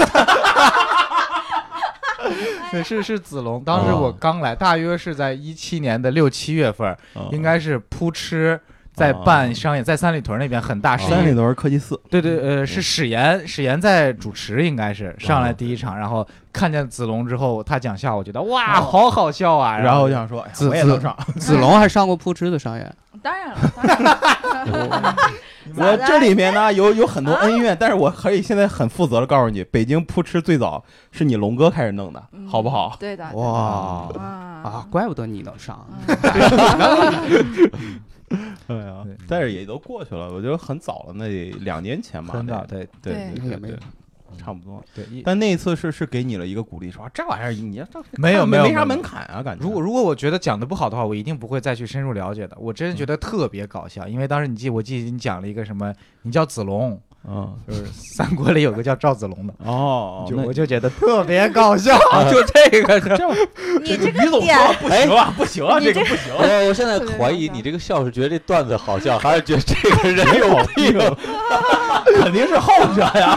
对，是是子龙。当时我刚来，大约是在一七年的六七月份儿， 应该是扑哧在办商演，在三里屯那边很大是一个
三里屯科技四，
对对，呃，是史岩，史岩在主持，应该是上来第一场，然后看见子龙之后，他讲笑，我觉得哇，好好笑啊，
然后我
就
想说，哎呀
自
我也
自
能上，
子龙还上过扑哧的商演，
当然了，当然了咋
我
的啊
这里面呢有有很多恩怨，但是我可以现在很负责的告诉你，北京扑哧最早是你龙哥开始弄的，
嗯
好不好？
对的，
哇，
啊嗯
啊，，怪不得你能上。
对啊
对，
但是也都过去了，我觉得很早了，那得两年前吧，
真的
得
对
对
对
对
也没有
差不多。
对。一
但那一次是是给你了一个鼓励，说这玩意儿你这
没有
没
有
没啥
没有
门槛啊，感觉。
如果如果我觉得讲的不好的话，我一定不会再去深入了解的。我真的觉得特别搞笑，因为当时你记，我记得你讲了一个什么，你叫子龙，
嗯
就是三国里有个叫赵子龙的，
哦，
就
那
我就觉得特别搞笑。
就这个这
你这
于
个
总
点
说不行啊，不行啊，
哎你
这个不行啊。
我我现在
特别
怀
搞
疑
笑
你这个笑是觉得这段子好笑，还是觉得这个人有病？
肯定是后者呀。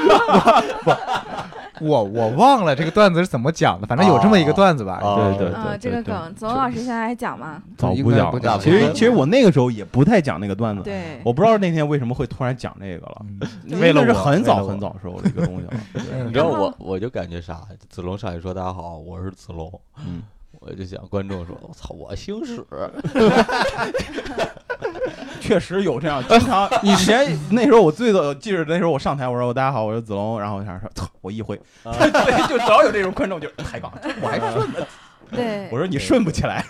我我忘了这个段子是怎么讲的，反正有这么一个段子吧。
哦
对对
啊，
对，
这个梗，总老师现在还讲吗？
早
应
不
该
讲
不
了。
讲
其
了
实其实我那个时候也不太讲那个段子，
对，
我不知道那天为什么会突然讲这个了。
嗯为了
那是
我
很
为
早
了我
很早时候的一个东西 了。
嗯
你知道我我就感觉啥？子龙上去说：“大家好，我是子龙。”
嗯，
我就想观众说：“我操，我姓史。
确实有这样，经 常以前那时候我最早记着，那时候我上台我说大家好，我是子龙，然后我想说，操我一回，
啊
对，就只要有这种观众就抬杠，我还顺，
对
我，说你顺不起来，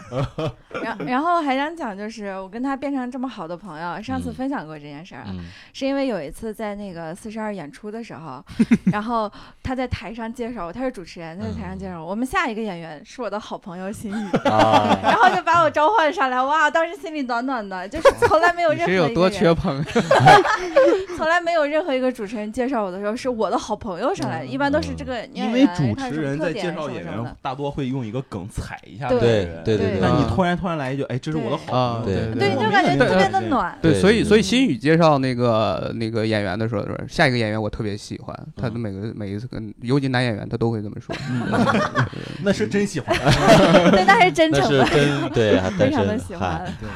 然然后还想讲就是，我跟他变成这么好的朋友，上次
嗯
分享过这件事儿啊，
嗯
是因为有一次在那个四十二演出的时 候，然后他在台上介绍我，他是主持人，他在台上
嗯
介绍我，我们下一个演员是我的好朋友心宇，
啊，
然后就把我召唤上来，哇，当时心里暖暖的，就是从来没 有
你
任
是
何
有
一
多
个
缺
人，
朋友？
从来没有任何一个主持人介绍我的时候是我的好朋友上来，一般都是这个
嗯
演员
因为主
他有
持
什么
人
特
在
点
介绍
什么
演
什么的
员，大多会用一个梗踩一下
对
别
对
人
对
对
对
但你
啊
突然突然来一句，哎，这是我的好朋
对
友，
对
对，
我
就
明
感觉
显
特别的
对
暖，
对，
对
所以
嗯
对
所以
对
新宇介绍那个那个演员的时候，说下一个演员我特别喜欢，他的
嗯
每个每一次跟，尤其男演员他都会这么说。
嗯
那是真喜欢。
对，那是真
那
诚
是
的，
真对，还
非
单
常的
身
喜
嗨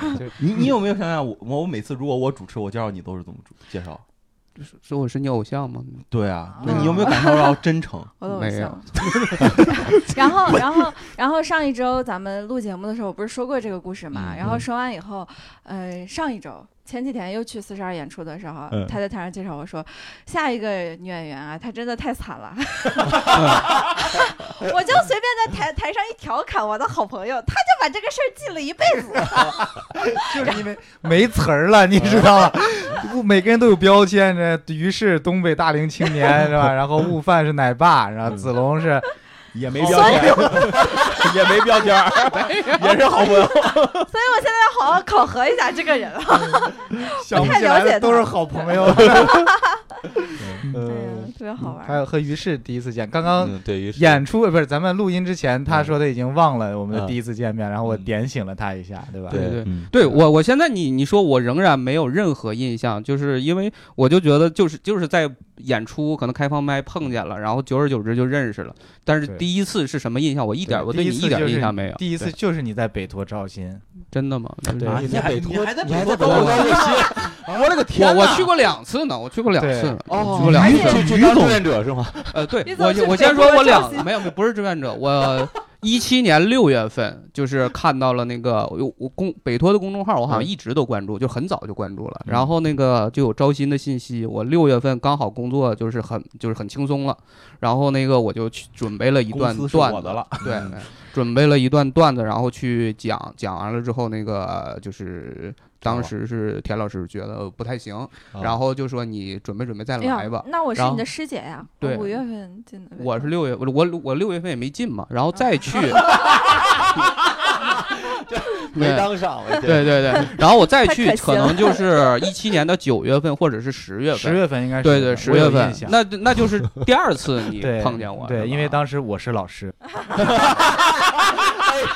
欢。
你你有没有想想我我每次如果我主持，我介绍你都是怎么主介绍？
说说我是你偶像
嗯
吗？
对啊
那你有
没有感受到真诚？
我都
没
想
有
然后，然后，然后上一周咱们录节目的时候，我不是说过这个故事嘛？
嗯
然后说完以后，呃，上一周前几天又去四十二演出的时候，
嗯
他在台上介绍我说，下一个女演员啊，她真的太 惨了。我就随便在台台上一调侃我的好朋友，他就把这个事儿记了一辈子。
就是因为没词儿了，你知道吧？不每个人都有标签，这于是东北大龄
嗯
青年是吧？然后悟饭是奶爸，然后子龙是
也没
所以，
也没标签儿， 也是好朋友。
所以我现在要好好考核一下这个人了。
想不
太
起
了
来
解
的都
他
是
了
好朋友。
哎呀
嗯，，
特别好玩
还
儿。
有和于适第一次见，刚刚
嗯，对于是
演出不是咱们录音之前，
嗯
他说他已经忘了我们的
嗯
第一次见面，然后我
嗯
点醒了他一下，对吧？
对
对
嗯
对我，我现在你你说我仍然没有任何印象，就是因为我就觉得就是就是在演出可能开放麦碰见了，然后久而久之就认识了，但是
对
第一次是什么印象？我一点儿我
第
对
一
你
次
一点
就
儿
是
印象没有。
第一次
对
就是你在北托招新，
真的吗？就是
对
你在北托，
还在
你还
北托
在北托
招
我勒个
我
天
我去过两次呢，我去过两
对
次呢，
哦
去过两
于
次。
总
去
于
当志
总
愿者是吗？
呃，对
你怎
我
么
就
去
我先
北
说我
坡，招
两
新
没有没有不是志愿者， 我一七年六月份就是看到了那个我我公北托的公众号，我好
嗯
像一直都关注，就很早就关注了。然后那个就有招新的信息，我六月份刚好工作就是很就是很轻松了，然后那个我就去准备了一段
公司是
段
我
子
的了，
对， 准备了一段段子，然后去讲，讲完了之后那个就是。当时是田老师觉得不太
啊
行，然后就说你准备准备再
哎呀
来吧。
那我是
然后
你的师姐呀，我
对
五月份进的。
我是六月，我我我六月份也没进嘛，然后再去，
没
对
当上，我
对对对，然后我再
太
去
可惜
可
了
能就是一七年的九月份或者是十月
十
份，
月份应该是
对对十月份，
那
那那就是第二次你
对
碰见我，是
对，
吧
因为当时我是老师，
哎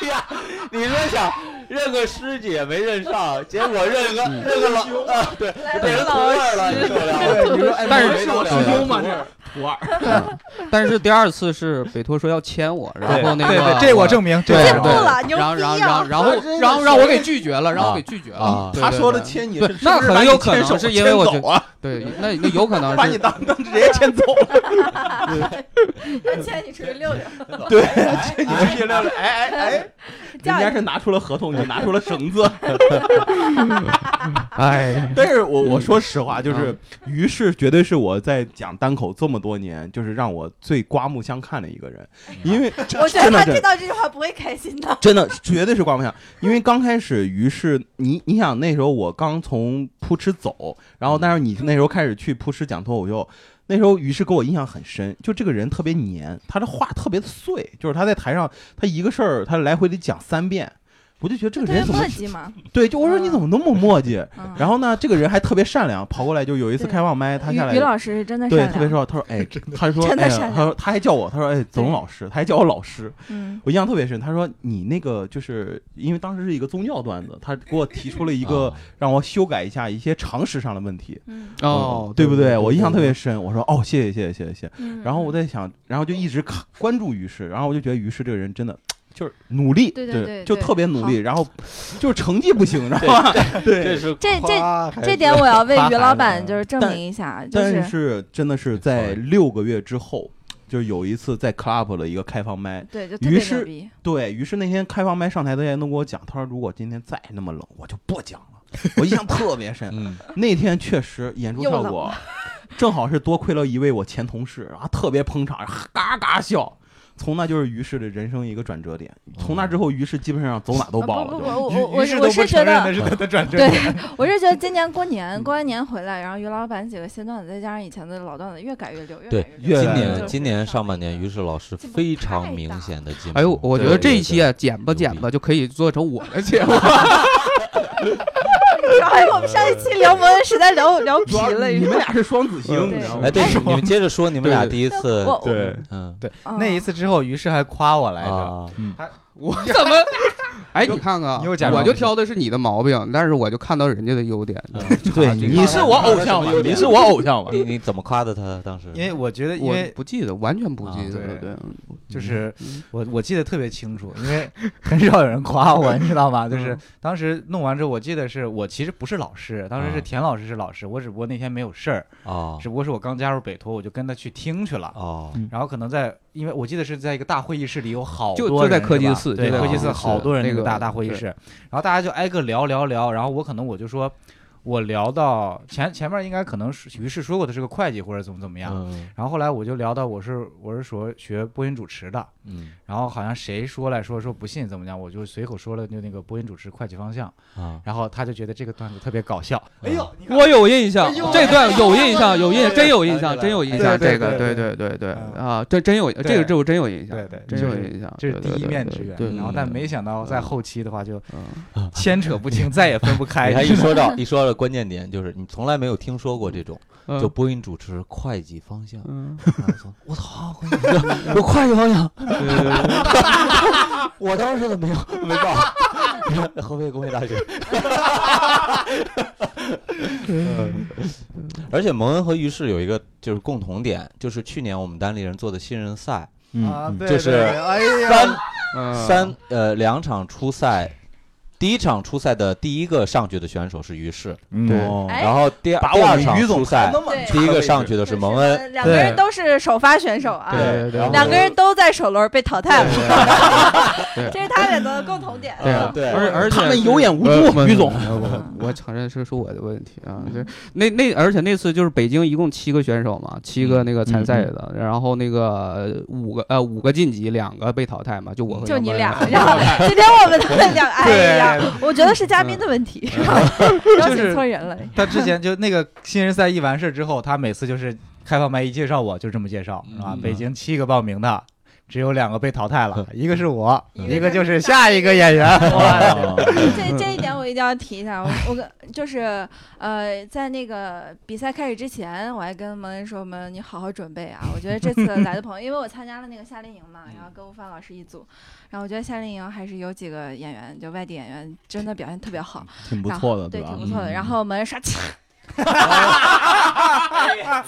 呀，你说想认个师姐没认上，结果认个认个老啊，对，变成徒儿了，你受不了。
对，你 说哎，
但是
我
是
老
我师兄嘛
对
这
但是第二次是北托说要签我，然后那
对
个
对，这我证明，这
对
进
我
步
证明
了，牛
然后
逼
然后
啊！
然后然后
真是
然后让我给拒绝了，让我给拒绝
啊
了，对
他说的
对
牵你
对
是，
那
是不是
很
把
有
你
可
牵
能
手
是因为
牵
我啊
走
觉
啊，
对，那那有可能
把你
是
当当直接牵走了，
他牵你出去溜溜，
对，牵你去溜溜，哎哎哎，人
叫
家
你
是拿出了合同，你拿出了绳子。
哎，
但是我我说实话，就是于是绝对是我在讲单口这么多年，就是让我最刮目相看的一个人，因为
我觉得
真
他
的
听
真的
到这句话不会开心的。
真的 绝对是刮目相看。因为刚开始于是你你想那时候我刚从扑哧走，然后但是你那时候开始去扑哧讲脱口秀。那时候，于是给我印象很深，就这个人特别黏，他的话特别的碎，就是他在台上，他一个事儿，他来回得讲三遍，我就觉得这个
特
人
别
怎么
墨迹嘛，
对，就我说你怎么那么磨叽？
啊嗯
然后呢，这个人还特别善良，跑过来就有一次
对
开放麦，他下
嗯于
来
于老师是真的
对
善
特别
良，
说，他说哎，他说
真的
哎呀
善，良
他说他还叫我，他说哎，子龙老师，他还叫我老师，
嗯，
我印象特别深。他说你那个就是因为当时是一个宗教段子，他给我提出了一
啊
个让我修改一下一些常识上的问题。
嗯
哦，
对不对？我印象特别深。我说哦，谢谢谢谢谢谢谢谢。
嗯，
然后我在想，然后就一直看关注于适，然后我就觉得于适这个人真的。就是努力，
对对对
就
对
特别努力，然后就是成绩不行，然后
这是
这这
夸还
这
是
点我要为
发
于
孩
老
子
板
啊
就是证
但
明一下， 就
但
嗯是
是真的是在六个月之后，就有一次在 club 的一个开放麦，
对，就特
于
别
是
牛逼。
对于是那天开放麦上台的人都跟我讲，他说如果今天再那么冷，我就不讲了。我印象特别深，
嗯，
那天确实演出效
又冷
果，正好是多亏了一位我前同事，然后特别捧场，嘎嘎笑。从那就是于适的人生一个转折点，从那之后，于适基本上走哪都
啊
爆
不不
了。
不，我
就
于
我我
于是
我
都不
是觉
承认
得
那。是他的转折
对嗯
点，，
我是觉得今年过年，过完年回来，然后于老板几个新段子，再加上以前的老段子，越改越溜，越
对
改
越
溜。
今
来
就
年
是
今年上半年，于是老师
进步
非
太
常
大
明
了
显的进步。
哎呦，我觉
对
得这一期啊，剪吧剪吧，就可以做成我的节目。
然后哎我们上一期聊摩恩实在聊聊皮
主要
了，
你们俩是双子星，
对
你知道
哎，
吗？
对，你们接着说，你们
对
俩
对
第一
就
次，
我
对，
嗯
那一次之后，于是还夸我来着，嗯
啊，
我怎么？哎，你看看啊，
你又假装
我就挑的是你的毛病，但是我就看到人家的优点。
嗯
对，
你是我 偶像吧？你是我偶像吧？
你你怎么夸的他当时？
因为我觉得，因
我
为
不记得，完全不记得
啊
了。
对
对，
就是
嗯
我我记得特别清楚，因为很少有人夸我，你知道吗？就是当时弄完之后，我记得是我其实不是老师，当时是
啊
田老师是老师，我只不过那天没有事儿，
哦
只不过是我刚加入北托，我就跟他去听去了。
哦
然后可能在，因为我记得是在一个大会议室里有好多
就
人
就在
是
科技
吧
四
对
就在
科
科
技
技
四
四
好多人
那
那个
个
大大会议
对
室，然后大家就挨个聊聊聊，然后我可能我就说，我聊到前前面应该可能是于是说过他是个会计或者怎么怎么样，
嗯
然后后来我就聊到我是我是说学播音主持的，
嗯
然后好像谁说来说说不信怎么样，我就随口说了就那个播音主持会计方向，
啊，
然后他就觉得这个段子特别搞笑，
哎呦，
我有印象，
呦
这段有印象，有印
哎
象，
呦
真有印象，真有印
对
象。这
对对
个，
对
对对对对
嗯
啊，这真有，这个这我真有印象，
对对
真
这
有
是
印象。
这是第
啊对对
一
对
面
对
之缘
对，
然后
嗯
但没想到在后期的话就
嗯
牵扯不清，再也分不开啊
你。 还一说到 一说到关键点，就是你从来没有听说过这种，
嗯
就播音主持会计方向。
嗯，
然后说我操，会计方向有会计方向，
对对对对
我当时没有 没报，合肥工业大 学。而且蒙恩和于适有一个就是共同点，就是去年我们单立人做的新人赛，
啊，
嗯
对，
就是
对对哎呀，
三
嗯
三呃两场初赛，第一场初赛的第一个上去的选手是于适，
嗯对
啊
哦
哎
然后第二
把
第
我
二
们
场
于
初
总
赛
抬那么
对
第一个上去的
就是
蒙恩，
两个人都是首发选手啊，
对对对
然后
两个人都在首轮被淘汰了，
对
这是他俩的共同点。
对啊
啊， 对
而而且
哎他们
是
有眼无
呃
珠
不
于
不
总嗯
不我承认这是我的问题啊。这那那而且那次就是北京一共七个选手嘛，七
嗯
个那个参赛的，然后那个呃五个呃五个晋级，两个被淘汰嘛，就我和
就
杨
你
波
俩，然后今天我们他们俩，哎呀，我觉得是嘉宾的问题，邀
就是
请错人了。
他之前就那个新人赛一完事之后，他每次就是开放麦一介绍我就这么介绍
嗯
啊
嗯，
北京七个报名的。只有两个被淘汰 了，一个是我，
嗯
一个就是下一个演员。
这这一点我一定要提一下，我我跟就是呃，在那个比赛开始之前，我还跟蒙恩说，蒙恩你好好准备啊！我觉得这次来的朋友，因为我参加了那个夏令营嘛，然后跟吴凡老师一组，然后我觉得夏令营还是有几个演员，就外地演员真的表现特别好，
挺不
然后
错的，
对，
吧
挺？不错的。然后蒙恩说，切
哎呀，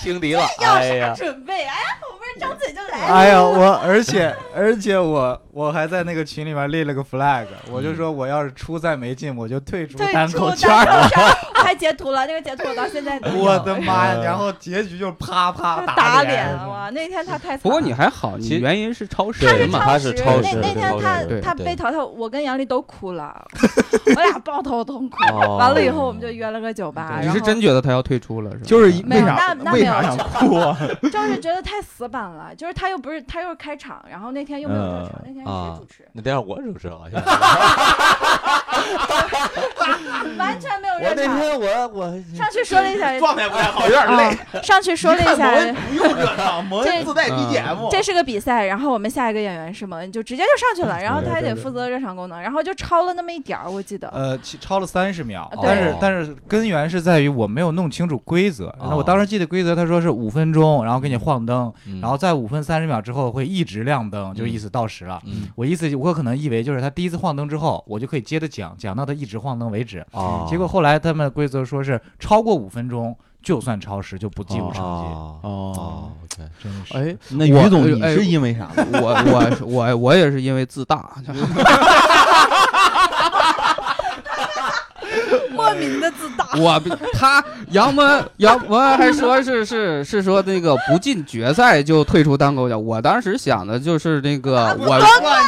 轻敌了， 哎呀，
准备，哎呀，我不是张嘴就来了。
哎呀，我而且而且我我还在那个群里面立了个 flag，我
嗯
就说我要是初赛没进，我就退出
对，
单
出
口
单
圈儿。
口圈儿我还截图了，那个截图我到现在都有
我的妈呀！
哎
然后结局就是啪啪
就打
脸
脸，哇！那天他太惨
不过你
了
还好，你
其实
原因是超时
他是
嘛，
他是超时，
那那天
对
他他
对
被淘汰，我跟杨丽都哭了，我俩抱头痛哭。
哦
完了以后，我们就约了个酒吧。
你
然
是
后
真觉得他要退出了是吧？
就是
没
为
有
啥
那那
为
没有
啥想哭啊？
就是觉得太死板了，就是他又不是他又是开场，然后那天又没有正场，那天是谁主持，
那待会儿我主持 好像。
完全没有
我
热
那
场。
天我我
上去说了一下，
状态不太好，有点累。
啊上去说了一下，
不用热场，蒙
这
恩自带
嗯
BGM。
这是个比赛，然后我们下一个演员是蒙恩，就直接就上去了，然后他还得负责热场功能，然后就超了那么一点儿，我记得。
呃，其超了三十秒
对，
但是
哦
但是根源是在于我没有弄清楚规则。那
哦
我当时记得规则，他说是五分钟，然后给你晃灯，然后
后
在五分三十秒之后会一直亮灯，就意思到时了。
嗯
我意思，我可能以为就是他第一次晃灯之后，我就可以接着讲，讲到他一直晃灯为止。
哦
结果后来他们规则说是超过五分钟就算超时，就不计入成绩。
哦
哦，
哦，OK，
真 是，
哎，
那
我
于总，你
哎
是因为啥？
我我我我也是因为自大，
嗯
莫名的自大。
我他杨文杨文还说是是是说那个不进决赛就退出单口奖，我当时想的就是那个我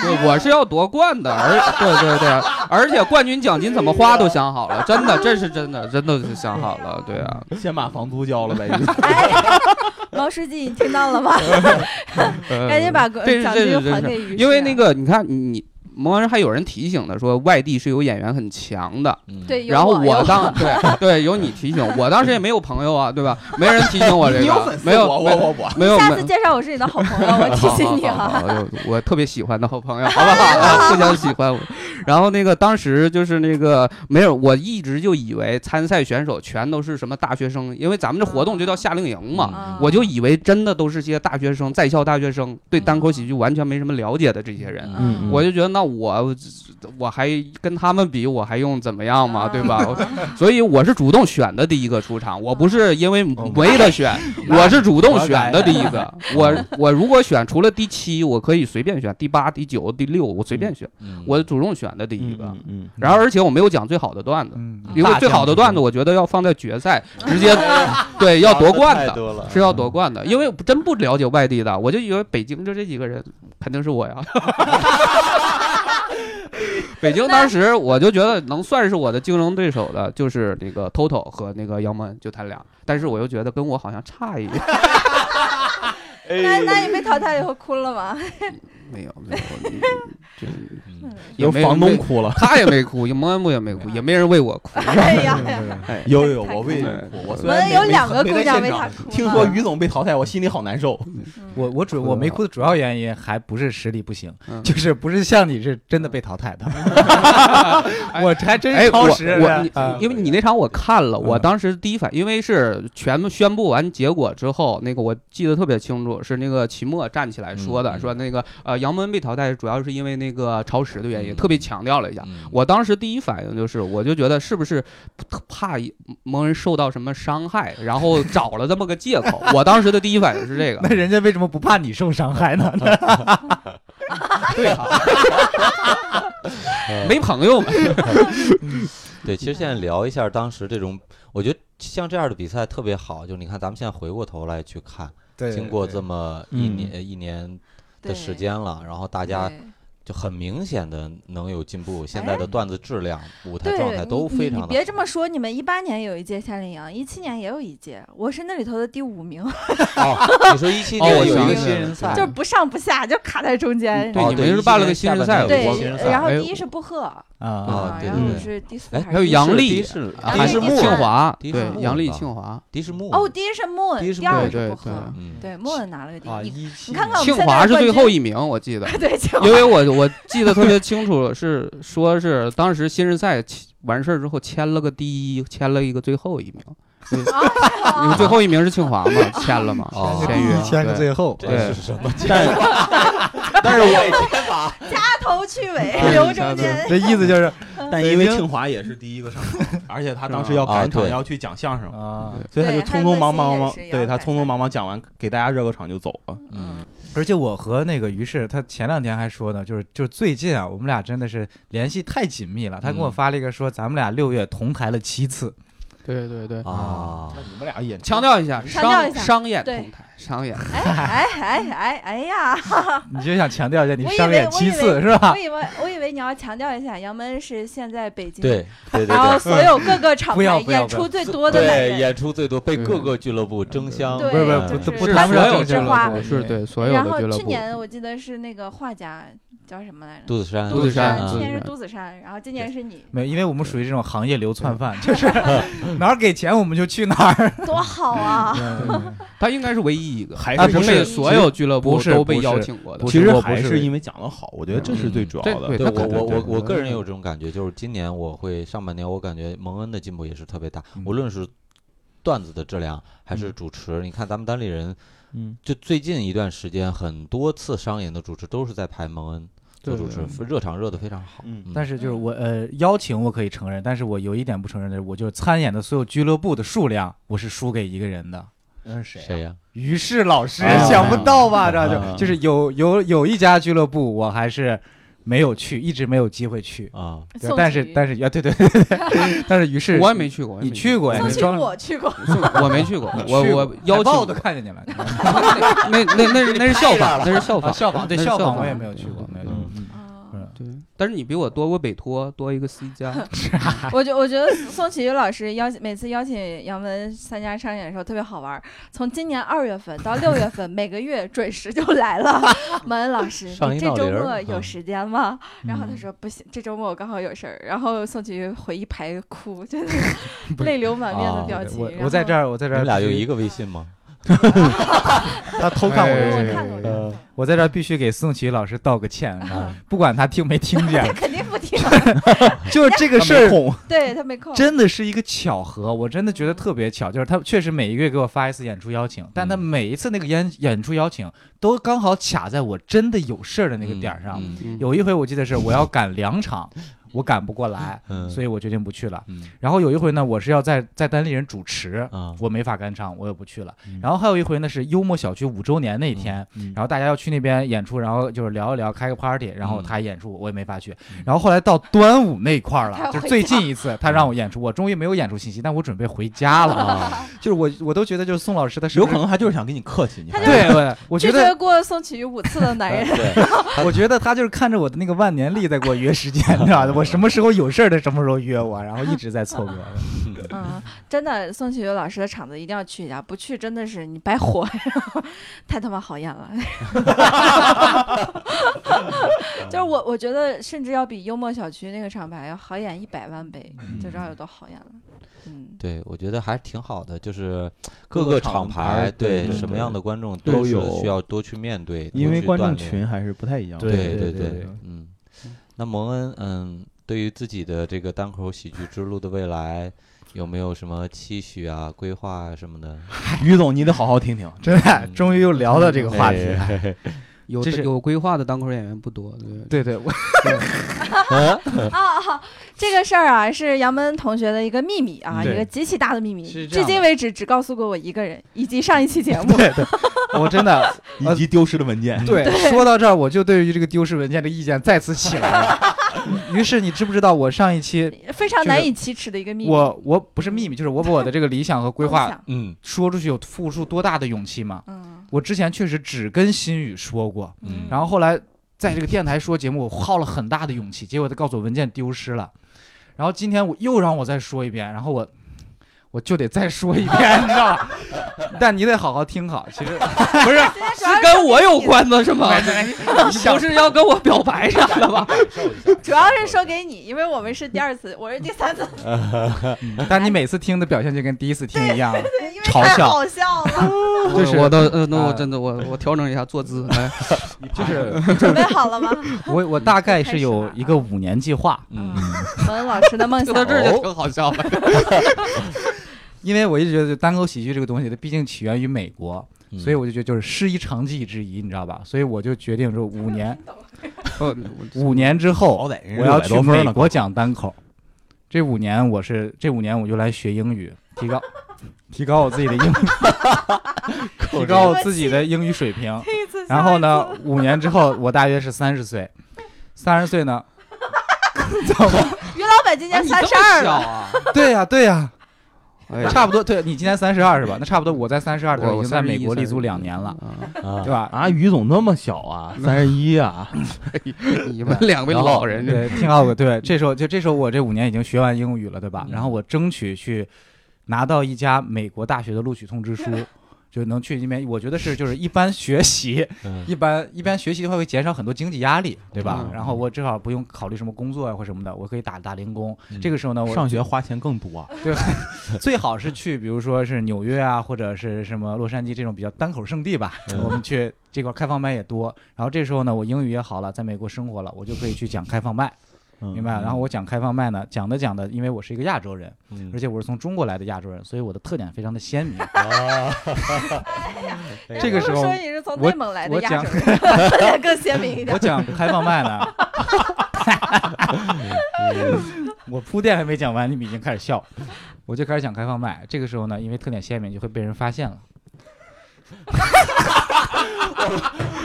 对我是要夺冠的，而对对对，而且冠军奖金怎么花都想好了，真的这是真的真的是想好了，对啊，
先把房租交了呗。
哎，毛书记，你听到了吗？
呃
赶紧把个
这是
奖
这
金
是
还
这
给于
是，
适。
因为那个你看你蒙人还有人提醒的说外地是有演员很强的，
嗯
对，有
然后
我有
当对对有你提醒，我当时也没有朋友啊，对吧？没人提醒我这
你有
个
粉，丝，
没有
我
没
我
有
我我。
没有
下
没
次介绍我是你的好朋友，我提醒你啊。
好好好好我我特别喜欢的好朋友，好不好？啊互相喜欢。然后那个当时就是那个没有，我一直就以为参赛选手全都是什么大学生，因为咱们这活动就叫夏令营嘛，
啊
我就以为真的都是些大学生，在校大学生，对单口喜剧完全没什么了解的这些人。
嗯
我就觉得，那我我还跟他们比，我还用怎么样嘛，对吧？所以我是主动选的第一个出
哦
场，我不是因为没得选，我是主动选的第一个。我我如果选除了第七，我可以随便选第八、第九、第六，我随便选，
嗯
我主动选的第一个
嗯。嗯，
然后而且我没有讲最好的段子，
嗯，
因为最好的段子我觉得要放在决赛，直 接对要夺冠
太
的。
多了，
是要夺冠的，因为真不了解外地的，我就以为北京就这几个人肯定是我呀。北京当时我就觉得能算是我的竞争对手的，就是那个 Toto 和那个杨门，就他俩。但是我又觉得跟我好像差一点，
那那你被淘汰以后哭了吗？
没有没有，嗯就
嗯
也
有
没
房东
没
哭了，
他也没哭，蒙恩木也没 哭，也没人为我哭。
哎呀哎呀，
哎，
有有，我
我
为
为
我虽
我们
然
有两个姑娘
没
为他哭了。
听说于总被淘汰，我心里好难 受。
我我主我没哭的主要原因还不是实力不行，
嗯
就是不是像你是真的被淘汰的，
哎
我还真
哎，
是
我
超时
我你
啊
因为你那场我看了，
嗯
我当时第一反因为是全部宣布完结果之后，那个我记得特别清楚，是那个齐墨站起来说
嗯
的，
嗯
说那个呃杨门被淘汰主要是因为那个超时的原因，
嗯
特别强调了一下。
嗯
我当时第一反应就是，我就觉得是不是怕蒙人受到什么伤害，然后找了这么个借口。我当时的第一反应是这个
那。人家为什么不怕你受伤害呢？
啊对啊，没朋友嘛。
对，其实
嗯
现在聊一下当时这种，我觉得像这样的比赛特别好，就你看咱们现在回过头来去看，
对
经过这
么
么一
嗯
年、呃一年的
对
时间了，然后大家
对
就很明显的能有进步，现在
哎
的段子质量、舞台
对，
状态都
你
非
你
常
你
的。
别这么说，你们一八年有一届夏令营，一七年也有一届，我是那里头的第五名，
哦，你说一七
哦
年
我
有
想
一个
起
新
来了
人赛，
就是不上不下，就卡在中间。
对，
哦
你
对
们是
一
办
七
了个
年
新
下
人
半
赛，
年有
对
一
我
个新人赛
然后
哎
第一是布赫，
啊，
啊对
然
对
后
对
是第四
哎
还
还有
是第
杨
五
丽
迪士
啊
还
还
是
是
穆
穆
庆华，
迪
对
士穆，
杨丽
吧
庆华，
迪士木
哦，第一是 Moon，
第一是
第二
Moon，
是
对
布
对
赫，
嗯
对 Moon 拿了个第
啊
一，
一
你看看我
庆
们现在
华
的
是
冠
最
军，
后一名，我记得
对，庆华
因为我我记得特别清楚，是说是当时新人赛签完事儿之后签了个第一，签了一个最后一名，
哦啊
你们最后一名是庆华吗？签了吗？
哦
签约，
签个最后，
这
对
是什么？
但是我
掐头去尾
对，
留
掐
中
头
间。
这意思就是
嗯
但因为庆华也是第一个上场，而且他当时要
啊
赶场
对
要去讲相声，
啊，
所以他就
对
匆匆忙忙忙
他的心也，是要
对他
改
匆匆忙忙讲完，给大家热个场就走了。
嗯，
而且我和那个于适，他前两天还说呢，就是就是最近啊，我们俩真的是联系太紧密了。他给我
嗯
发了一个说，咱们俩六月同台了七次，
对对
哦嗯
对，
啊，
你们俩也
强调一下，
强调
商
一下
商演
对
同台，商演，
哎哎哎哎哎呀！
你就想强调一下你
我以为
商演七
我以
次
为
是吧
我？以为我以为你要强调一下，杨门是现在北京
对 对对
然后
对。
所有各个场
不要
牌
不要
演
不要
出最多的男
对，
人，
演出最多被各个俱乐部争相，
对
不是不是
嗯
不
就是
不
是
谈不上
所有
正式
之
了
花
对
是对所有
然
的
后
俱乐
去
部，
年我记得是那个画家叫什么来着？
杜子山，
杜子山
去年是
嗯
杜子山，然后今年是你，
没，因为我们属于这种行业流窜 犯，就是 哪儿给钱我们就去哪儿。
多好啊！
他应该是唯一一个，
还
他
是
国
不
内
是
所有俱乐部
不是
都被
不是
邀请过的
不，
其
是
实
我
还
不
是
是
因为讲的好，我觉得这是最主
这
要
对
的。
对
他肯
我
定
我我
对
我个人有这种感觉，就是今年我会上半年，我感觉蒙恩的进步也是特别大，
嗯
无论是段子的质量还是主持，你看咱们单立人，
嗯，
就最近一段时间很多次商演的主持都是在拍蒙恩做
对
主
对
持，热场热的非常好，
嗯
但
是
是就是我呃邀请我可以承认，但是我有一点不承认的是，我就是参演的所有俱乐部的数量，我是输给一个人的。
那是谁
谁呀？
于是老师、
啊
想不到吧？这就、
啊
就是哦有嗯有有一家俱乐部，我还是没有去，一直没有机会去。
啊，
对
宋
但是
琦
但是啊，对对对对， 但是于是
我也没去过，我也
你
没
去过呀？
宋
你
琦
装
我 去过，
我没 去过，
你去
我
过
我邀
海
请
报
过
都看见你了，你知道吗
那那那是那是效仿，那是效仿，
啊效仿对
那是
效
仿
仿我也没有去过，没有去过。
嗯，
嗯
对，但是你比我多过北托，多一个 C 加，
我觉我觉得宋启宇老师邀请每次邀请杨文参加商演的时候特别好玩儿，从今年二月份到六月份，每个月准时就 来了。蒙恩老师，
上
你
一
这
闹
周
铃儿
末有
嗯
时间吗？然后
嗯
他说不行，这周末我刚好有事儿。然后宋启宇回一排哭，就是 泪流满面的
啊
表
对
情。
我
然
我在
后
这儿，我在
你
这儿
们俩有
必须
一个微信吗？
他偷看我
我
的
哎
这
看
个，
了我看了，
我在这儿必须给宋琦老师道个歉，你知道吗不管他听没听见
他， 肯定不听，
就是这个事儿
对他没空。
真的是一个巧合，我真的觉得特别巧，就是他确实每一个月给我发一次演出邀请，但他每一次那个演演出邀请都刚好卡在我真的有事儿的那个点儿上。
嗯
嗯
有一回我记得是我要赶两场，我赶不过来，
嗯
所以我决定不去了。
嗯
然后有一回呢，我是要在在单立人主持，
啊
我没法赶场，我也不去了。
嗯
然后还有一回呢，是幽默小区五周年那一天，
嗯
然后大家要去那边演出，然后就是聊一聊，开个 party，然后
嗯
他演出我也没法去。
嗯
然后后来到端午那一块儿
他要
了，就是
回
最近一次他让我演出，我终于没有演出信息，但我准备回家了。
啊，
哦就是我我都觉得就是宋老师他是
有
不是
可能他就是想跟你客气，你
他
还
就
对对，我
拒
觉
绝
得
过宋启瑜五次的男人，
对，
我觉得他就是看着我的那个万年历在给我约时 间，你知道吧？我什么时候有事儿他什么时候约我，然后一直在凑合。
嗯，真的，宋启瑜老师的场子一定要去一下，不去真的是你白活呀， 太他妈好演了。 就是我，我觉得甚至要比幽默小区那个厂牌要好演一百万倍，就知道有多好演了。嗯，
对，我觉得还挺好的，就是
各
各
个
个
厂
厂
牌
牌
对
对
对
什么
对
样的观众
都
是
有
需要多去面对，多
因为
去
观
锻
众
炼
群还是不太一样的。
对
对
对
对
对
嗯，那蒙恩，嗯，对于自己的这个单口喜剧之路的未来，有没有什么期许啊、规划啊什么的？
于总，你得好好听听。
真的，终于又聊到这个话题了。
有
这是
有规划的单口演员不多，对
对对，我
啊，啊这个事儿啊是杨门同学的一个秘密啊，
嗯对
一个极其大的秘密，
是这
至
样的
今为止只告诉过我一个人，以及上一期节目。
我真的
以及丢失的文件，
对，说到这儿，我就对于这个丢失文件的意见再次起来了。于是你知不知道，我上一期
非常
就是
难以启齿的一个秘密。
我我不是秘密，就是我把我的这个理想和规
梦
划
想，
嗯
说出去有付出多大的勇气吗？
嗯
我之前确实只跟新宇说过，
嗯
然后后来在这个电台说节目，我耗了很大的勇气，结果他告诉我文件丢失了，然后今天我又让我再说一遍，然后我我就得再说一遍， 你知道吧？但你得好好听好，其实不是啊
主要是
跟我有关的是吗？
想
不是要跟我表白啥的吧？
主要是说给你，因为我们是第二次，我是第三次，
但你每次听的表现就跟第一次听一样，
对，因为
嘲
太
笑
好笑了。
就是
我我的呃，那我
啊
真的我我调整一下坐姿， 哎，
就是
准备好了吗？
我我大概是有
开始了
一个五年计划，
嗯
嗯，
文老师的梦
说
想
到这儿
哦
就挺好笑了。
因为我一直觉得单口喜剧这个东西，它毕竟起源于美国，
嗯
所以我就觉得就是师夷长技以制夷，你知道吧？所以我就决定说五年
哦
五年之
好
后，
歹人
我要
600
去
多分
美
了，
国讲单口。这五年我是这五年我就来学英语，提 高提高我自己的英，提高我自己的英语水平。
这次
然后呢，五年之后我大约是三十岁，三十岁呢，
于老板今
哎
年
你
三
这
十二
么小
了，
啊？
对呀、对呀、
哎呀
差不多，对你今年三十二是吧？那差不多，我在三十二的时候
我
已
我
经在
31
美国立足
32
两年了，
啊
啊
对吧？
啊，于总那么小 啊，三十一啊，
哎你们 两位
然后
老人，这
对，挺好的。对，这时候就这时候我这五年已经学完英语了，对吧？
嗯
然后我争取去拿到一家美国大学的录取通知书，就能去那边。我觉得是就是一般学习，
嗯
一般一般学习的话会减少很多经济压力，对吧？
嗯
然后我正好不用考虑什么工作啊或什么的，我可以打打零工。
嗯
这个时候呢，我
上学花钱更多啊。
对，最好是去，比如说是纽约啊，或者是什么洛杉矶这种比较单口圣地吧。
嗯
我们去这块开放麦也多，然后这时候呢，我英语也好了，在美国生活了，我就可以去讲开放麦，
嗯
明白了？然后我讲开放麦呢，讲的讲的，因为我是一个亚洲人，
嗯
而且我是从中国来的亚洲人，所以我的特点非常的鲜明。这个
人家
时
都
候
说你是从
我
内蒙来的
我
亚
讲
洲人，特点更鲜明一点
我。讲开放麦呢， 我铺垫还没讲完，你们已经开始笑，我就开始讲开放麦。这个时候呢，因为特点鲜明，就会被人发现了。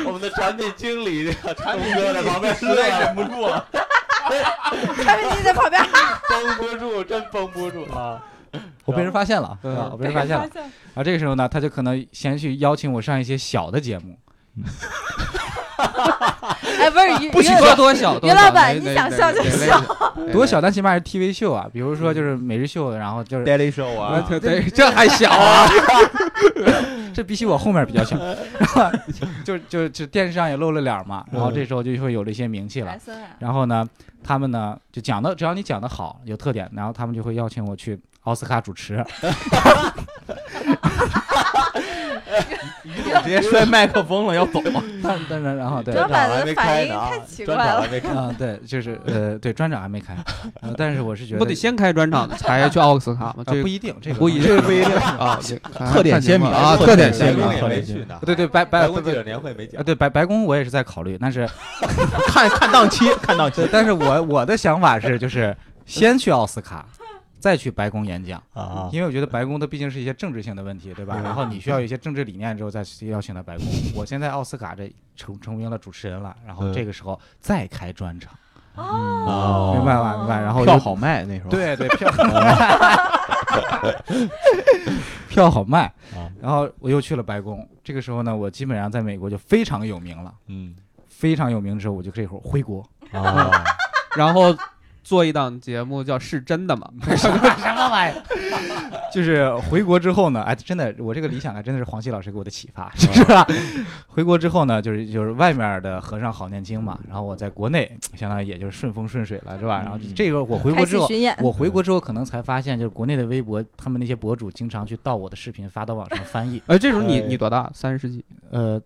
我们的产品经 理、产品哥在旁边啊实在忍不住了，
他们你在旁边
绷不住，真绷不住啊！
我被人发现了，
嗯
对吧？我被人发现了。然啊后这个时候呢，他就可能先去邀请我上一些小的节目，
哎，不是于于
说多 小，多
于老
小
板
哪
你
哪
想
哪
笑就
哪类
笑
型
多小？但起码是 TV 秀啊，比如说就是每日秀，然后就是
Daily Show
哪嗯 类啊对对，这还小啊？
这比起我后面比较 小，然后就就就电视上也露了脸嘛，然
嗯
后这时候就会有了一些名气了
来。孙啊
然后呢，他们呢就讲的，只要你讲的好，有特点，然后他们就会邀请我去奥斯卡主持。
直接摔麦克风了，要走了。
嗯
但但然然后对
主要
啊、
老板的
还没
反
开
应
呢啊
太奇
专
怪
场
了
还没开
对，就是呃对，专场还没开，呃但是我是觉得
不得先开专场才去奥斯卡吗？
啊
这
不一定，这个
不一定，不一定 啊！这
特点鲜明
啊，
特
特
点
点
鲜
鲜
明
明。
白宫也
特
没
点
去呢，
对对白白
白宫记者年会没
啊
讲，
对白白宫我也是在考虑，但是
看看档期，看档期
对，但是我我的想法是，就是先去奥斯卡，再去白宫演讲，
啊
因为我觉得白宫它毕竟是一些政治性的问题，对吧？然后你需要有一些政治理念之后再去邀请到白宫。我现在奥斯卡这成成为了主持人了，然后这个时候再开专场，
哦
明白吧？明白。然后
票
又
好卖那时候。，
对对票好卖，票好卖
啊。
然后我又去了白宫，这个时候呢，我基本上在美国就非常有名了，
嗯
非常有名之后，我就这会儿回国。
啊，
然后做一档节目叫《是真的吗》，
什么玩意儿？ 就是回国之后呢，哎，真的，我这个理想还真的是黄西老师给我的启发，就是吧？回国之后呢，就是就是外面的和尚好念经嘛，然后我在国内相当于也就是顺风顺水了，是吧？然后这个我回
开
国之
始
后，
巡演，
我回国之后可能才发现，就是国内的微博，他们那些博主经常去盗我的视频发到网上翻译。
哎，这时候你
哎
你多大？三十几，
呃，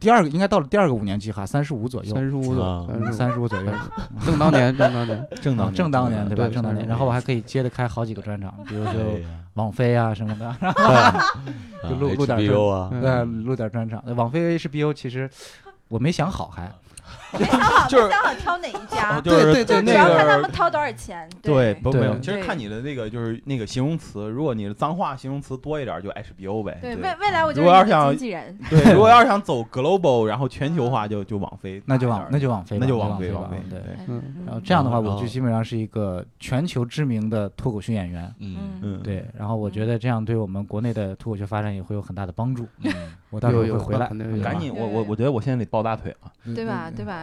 第二个应该到了第二个五年级哈，三十五
哎
左右，嗯
三十五
啊
左右，
三十五左右，嗯
五，正当年，正当年。
正当
正当年对吧？
对
正当年，
35
然后我还可以接着开好几个专场，比如说
对哎呀
王菲啊什么的。
啊
就录录点儿
HBO 啊，
嗯
对，录点专场。网飞 HBO 其实我没想好还，
没想好，
就是
没想好挑哪一家，
就是
对对
就
对
主
那
要看他
个
们掏多少钱。
对，
对
不没有，
对
其实看你的那个就是那个形容词，如果你的脏话形容词多一点，就 HBO 呗。
对，
对
未未来我就
如果要
是
是
你的
想
经纪人，
对， 如果要是想走 global，然后全球化，就就网飞，
那就网那就网飞吧，
那就
网
网飞，
吧
飞。
对。
对，
嗯
然后这样的话，
嗯
我就基本上是一个全球知名的脱口秀演员。
嗯
嗯
嗯，
对，然后我觉得这样对我们国内的脱口秀发展也会有很大的帮助。
嗯，
我到时候
有
会回
有
来，
肯定有
好吧
赶紧，我
对
我我觉得我现在得抱大腿啊！
对吧？对吧？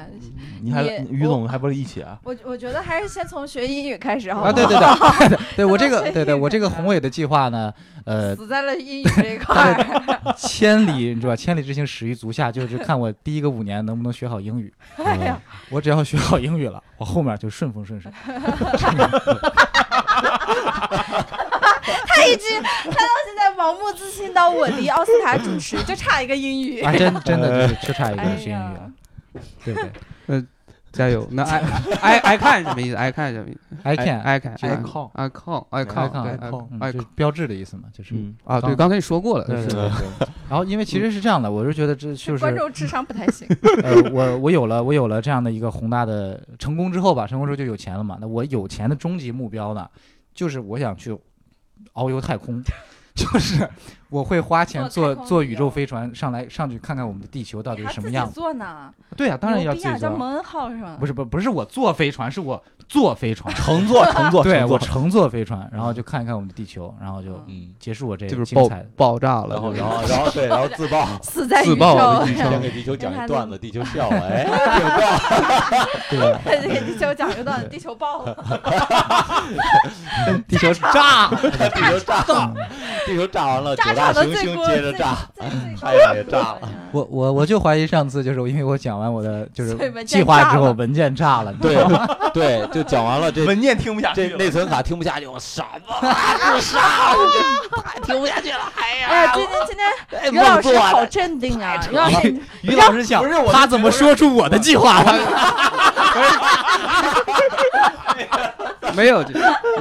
你还
你
于总还不是一起啊？
我我觉得还是先从学英语开始好不
啊！
好
对对对对，对我这
这
个
个
对对我这个宏伟的计划呢，呃，
死在了英语这一块儿。
千里你知道吧？千里之行，始于足下，就是看我第一个五年能不能学好英语。
哎呀，
我只要学好英语了，我后面就顺风顺水。
他一直他到现在盲目自信到我离奥斯卡主持就差一个英语。
啊，真真的就是就差一
哎
个学英语
呀
了，对不对
加油！那 i i i 看什么意思？i 看什么意思
？I can
？i 看
I
call
i 看 i 看
I 嗯
i
就
看
是标志的意思嘛，就是。
嗯，
啊！对，
刚
刚才你说过了，
对
是
对
的
然后因为其实是这样的，我是觉得这就
观
是
众智商不太行，
呃，我我有了我有了这样的一个宏大的成功之后吧，成功之后就有钱了嘛。那我有钱的终极目标呢，就是我想去遨游太 空。就是我会花钱坐
做太空
坐
旅
宇
游
宙飞船上来上去看看我们的地球到底
你
是什
还自
么
己
样。
做呢？
对呀、当然
牛
要
逼
自
啊
己
叫
做。
蒙恩号是吗？
不是不不是我坐飞船，是我坐飞船。
乘坐乘 坐
对
乘
我
坐，
乘坐飞船，然后就看一看我们的地球，然后就
嗯
嗯，
结束我这
就是
精
爆
彩的。
爆炸了，
然后
就是
然后然后对，然后自爆，
死在宇
自
宙，
爆了
先给地 球讲一段子，地球笑了，哎，挺棒，
给地球讲一段，地球爆了，
地球炸！
地球炸， 地球炸完了，九
炸
大
场的
行
最
星
过
接着炸，，
最最最
太阳也炸了。
我我我就怀疑上次就是因为我讲完我的就
所以文
是
件
计划之
炸
后
了
文件炸了，你知
对
道吗
对，就讲完了这
文件听不下去
这
了。
内 存卡听不下去，我什么啊，啥啊，听不下去了，哎
哎呀，
呀，
最近今天
哎
于老
梦
师
做
好
的，
镇定啊！于 老师，
于老师想
不是我
他怎么说出我的计划了？
没有，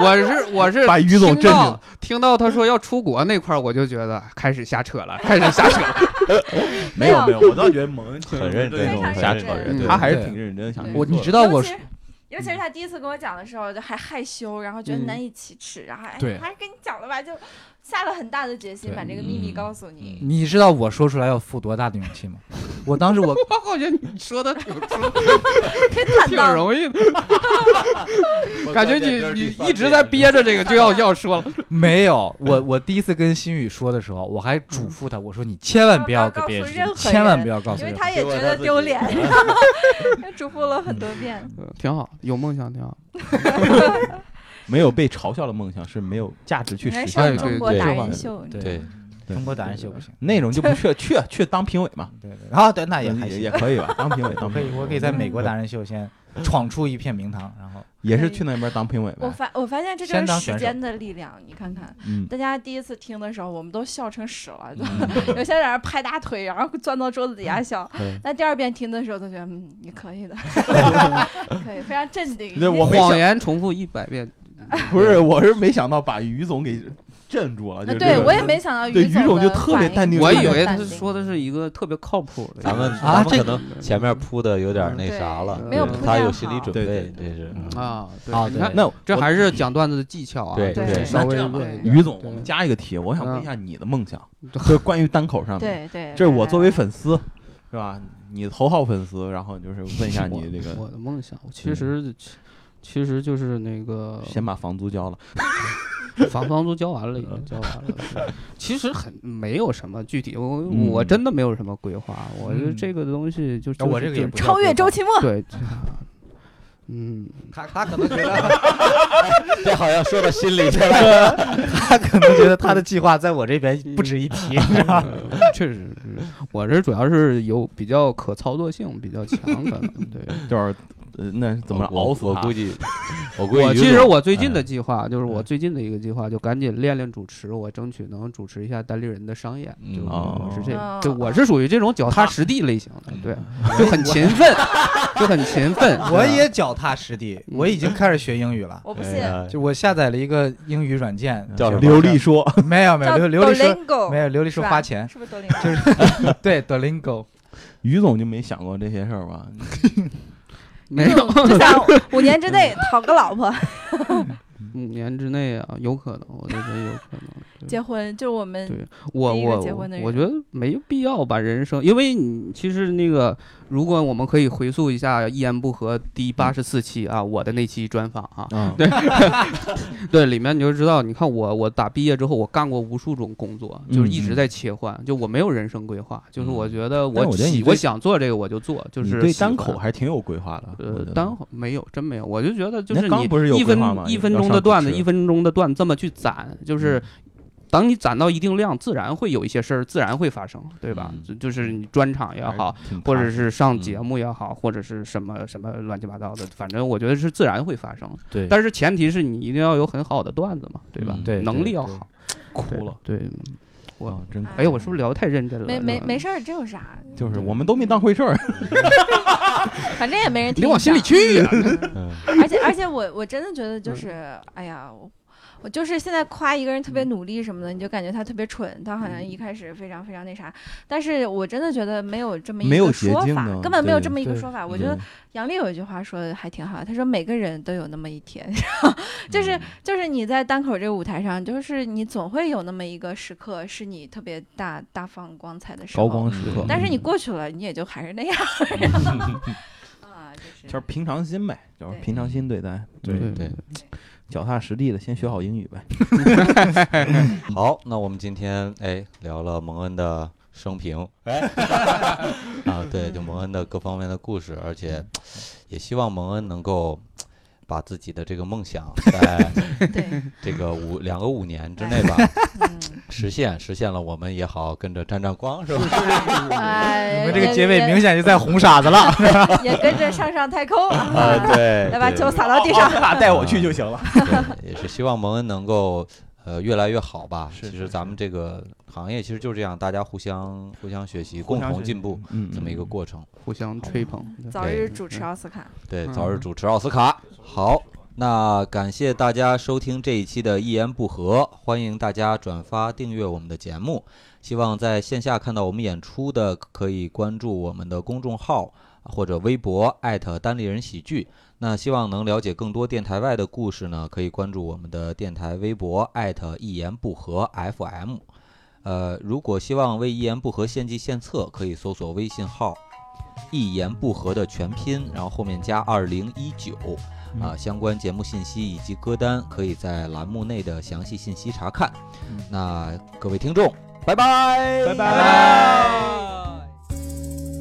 我是我是
把于总
听到
震惊
听到他说要出国那块儿，我就觉得开始瞎扯了，开始瞎扯了。
没有没哎有，我倒觉得蒙恩
很认真
非常
瞎
认
扯
真
人，
嗯
对
他还是挺认真想
对
去做
我
的。
你知道
尤
我
其是尤其是他第一次跟我讲的时候，就还害羞，然后觉得
嗯
难以启齿，然后哎，
对
还是跟你讲了吧，就下了很大的决心
对
把这个秘密
嗯
告诉你。
你知道我说出来要付多大的勇气吗？我当时我
我好像你说的挺
挺坦
挺
荡，
容易的，感觉你你一直在憋着 这个就要要说了。
没有我我第一次跟新宇说的时候，我还嘱咐他，我说你千万不要给别人知，
不要嗯告诉任何
千万
人
不要告诉
因为
任何人。
他也觉得丢脸， 然后嘱咐了很多遍。
嗯挺好，有梦想挺好。
没有被嘲笑的梦想是没有价值去
你还
实
上
现
对
的，
中国达
对
人秀，
对
对，
对
中国达人秀不行。
那种就不去去去当评委嘛，
对对，啊对，那也还
也
行。
也可以吧，当评委
我
当
可
评
以，
委。
我可以在美国达人秀先闯出一片名堂，然后
也
可
是
以
去那边当评委
我
呗。
发我发现这就
先
是
当选
时
手
间的力量，你看看，
嗯，
大家第一次听的时候，我们都笑成屎了，就有些人在那儿拍大腿，然后钻到桌子底下笑。
对
那第二遍听的时候，都觉得嗯，你可以的，可以，非常镇定。
对我没想
谎言重复一百遍，
不是，我是没想到把于总给镇住了。
那
就
啊对
这个
我也没想到
对
于
于总
的
就特别
反应
淡定
这
我
么
以为他
淡
是
定
说的是一个特别靠谱的。
咱们咱
啊
们
这
可能前面铺的有点那
对
啥了，
没有
对
铺
他
垫
有心理
好
准
对
备
对，
这是
嗯
啊，
啊
对，你
对
看
那
这
我
还是讲段子的技巧啊，
对
对
就是
对
稍微
那这样吧
问一下
于总，我
对
们加一个题，我想问
嗯
一下你的梦 想，
对
就是关于单口上面。
对对，
这是我作为
来来
粉丝，是吧？你头号粉丝，然后就是问一下你 这
我
个，
的梦想，我其实其其实就是那个
先把房租交了。
房房租交完了，已经交完了。对其实很没有什么具体，我
嗯
我真的没有什么规划，我觉得
嗯
这个东西就
啊我这个也
就
不
超越周奇墨，
对， 这嗯，
他他可能觉得
这好像说到心里去了。
他可能觉得他的计划在我这边不值一提，你知 道吗？
嗯确实是，我这主要是有比较可操作性比较强，可能对。
就是呃，那怎么
我
熬死
我
他
估计，我估计
我
于
其实
总
我最近
哎
的计划就是我
嗯
最近的一个计划，就赶紧练练主持，我争取能主持一下单立人的商演。
嗯
就
哦
我是这，
嗯
就我是属于这种脚踏实地类型的，对，就很勤奋，就很勤奋。
我
对
也脚踏实地， 嗯我已经开始学英语了。
我不
哎
信。
呀
就我下载了一个英语软件，
叫什么
流利说，
没有没有
叫
琉琉璃说
Duolingo，
没有琉璃
是
说
吧
花钱，
是不是 Duolingo？
就是对 Duolingo，
于总就没想过这些事儿吧？
没有
就想五年之内讨个老婆，
五年之内啊，有可能，我觉得有可能。对
结婚，就是我们
对我
第一个
我
结婚的
我
人
觉得没必要把人生，因为你其实那个，如果我们可以回溯一下《一言不合》第八十四期啊，我的那期专访啊，
啊，
对，里面你就知道，你看我我打毕业之后，我干过无数种工作，就是一
嗯
直在切换，就我没有人生规划，就是我觉得
但
我
我觉得你
喜
对
我想做这个我就做，就
你
是
对
喜欢
单口还挺有规划的。我
呃
觉得
单口没有真没有，我就觉得就
那
是
刚
你
不是有
一
规
分
划吗
一分
要
钟
上嗯
的
主
段子，
持
一分钟的段这么去攒，就是当你攒到一定量，自然会有一些事儿自然会发生，对吧
嗯？
就就是你专场也
还是
好，
挺
或
踏
者
实
是上
嗯
节目也好，或者是什么什么乱七八糟的，反正我觉得是自然会发生。
对
但是前提是你一定要有很好的段子嘛，对吧
嗯？
对
能力要好。对
哭了。
对，我
啊，真
哎呦，我是不是聊得太认真了？呃
没没没事儿，这有啥？
就是我们都没当回事儿，
反正也没人听。
你往心里去呀
嗯而且而且我我真的觉得
嗯
就是，哎呀，我我就是现在夸一个人特别
嗯
努力什么的，你就感觉他特别蠢，他好像一开始非常非常那啥。但是我真的觉得没有这么一
没有
个
捷
说
径
法
的，
根本没有
对
这么一个
对
说法。我觉得杨笠有一句话说的还挺好，他说每个人都有那么一天，
嗯
就是就是你在单口这个舞台上，就是你总会有那么一个时刻是你特别大大放光彩的时
高
候，
光嗯时刻。
嗯但是你过去了，你也就还是那样。 啊，就
就是
是
平常心呗，就是
对
平常心对待，
对
对
对。
脚踏实地的先学好英语呗。
好，那我们今天哎聊了蒙恩的生平，哎， 啊对，就蒙恩的各方面的故事，而且也希望蒙恩能够把自己的这个梦想在
对，
这个五两个五年之内 吧
嗯。
实现，实现了我们也好跟着沾沾光是吧？
哎，
你们这个
也
结尾
也
明显就在哄傻子 了。
也跟着上上 太空，
啊
啊
对，
来把
对
球撒到地上。
爸带我去就行了。
对，也是希望蒙恩能够呃越来越好吧。
是
其
是
实咱们这个行业其实就是这样，大家互相互相学习，
互
共
相
同
学习
进步
嗯，
这么一个过程。
互相吹捧。
早日主持奥斯卡，
对，
嗯
早日主持奥斯卡。好，那感谢大家收听这一期的《一言不合》，欢迎大家转发订阅我们的节目。希望在线下看到我们演出的，可以关注我们的公众号或者微博艾特单立人喜剧。那希望能了解更多电台外的故事呢，可以关注我们的电台微博艾特一言不合 FM。呃，如果希望为一言不合献计献策，可以搜索微信号一言不合的全拼，然后后面加二零一九，啊，相关节目信息以及歌单可以在栏目内的详细信息查看。那各位听众，拜嗯拜，拜
哎
拜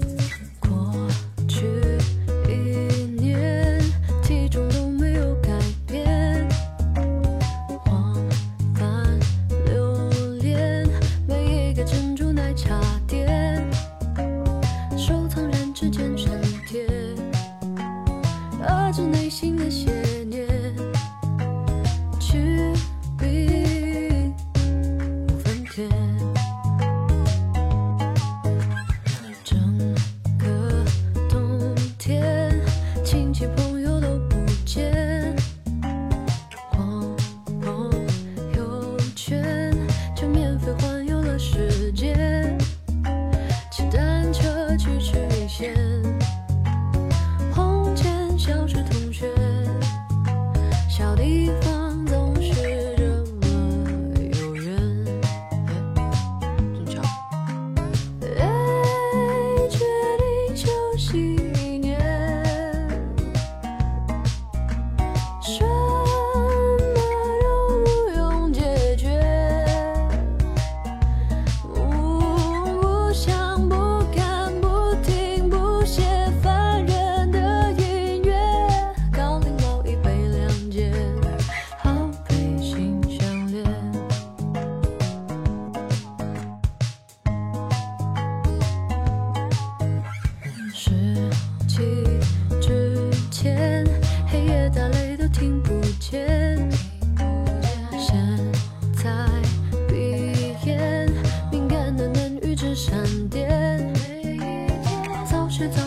过去一年，体重都没有改变，荒诞留恋每一个珍珠奶茶店，收藏人之间沉淀。啊，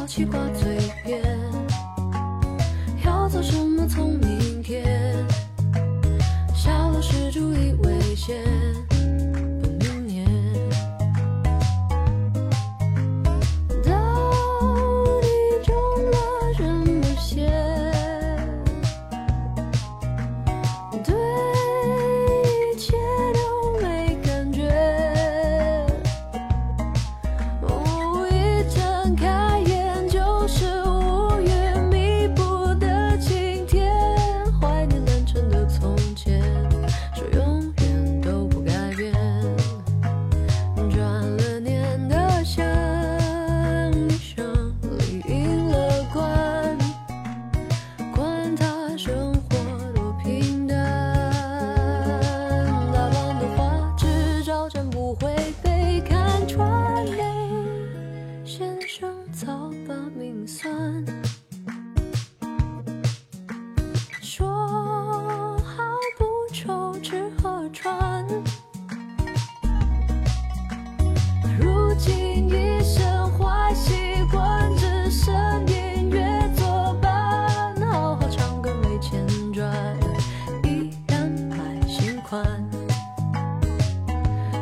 起挂嘴边，要做什么从明天，小老师注意危险，本明年。到底中了什么邪？对一切都没感觉。哦，一睁开眼就是乌云密布的晴天，怀念单纯的从前，说永远都不改变。转了念的想象里赢了关，管他生活多平淡。打扮的花枝招展不会被看穿。先生早把命算，说好不愁吃和穿。如今一身坏习惯，只剩音乐作伴。好好唱歌没钱赚，依然买新款。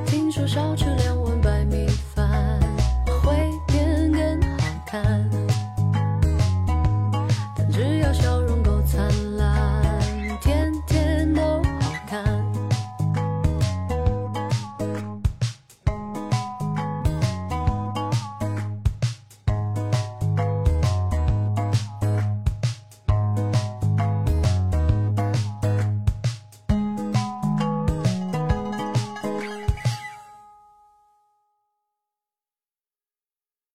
听说少吃两碗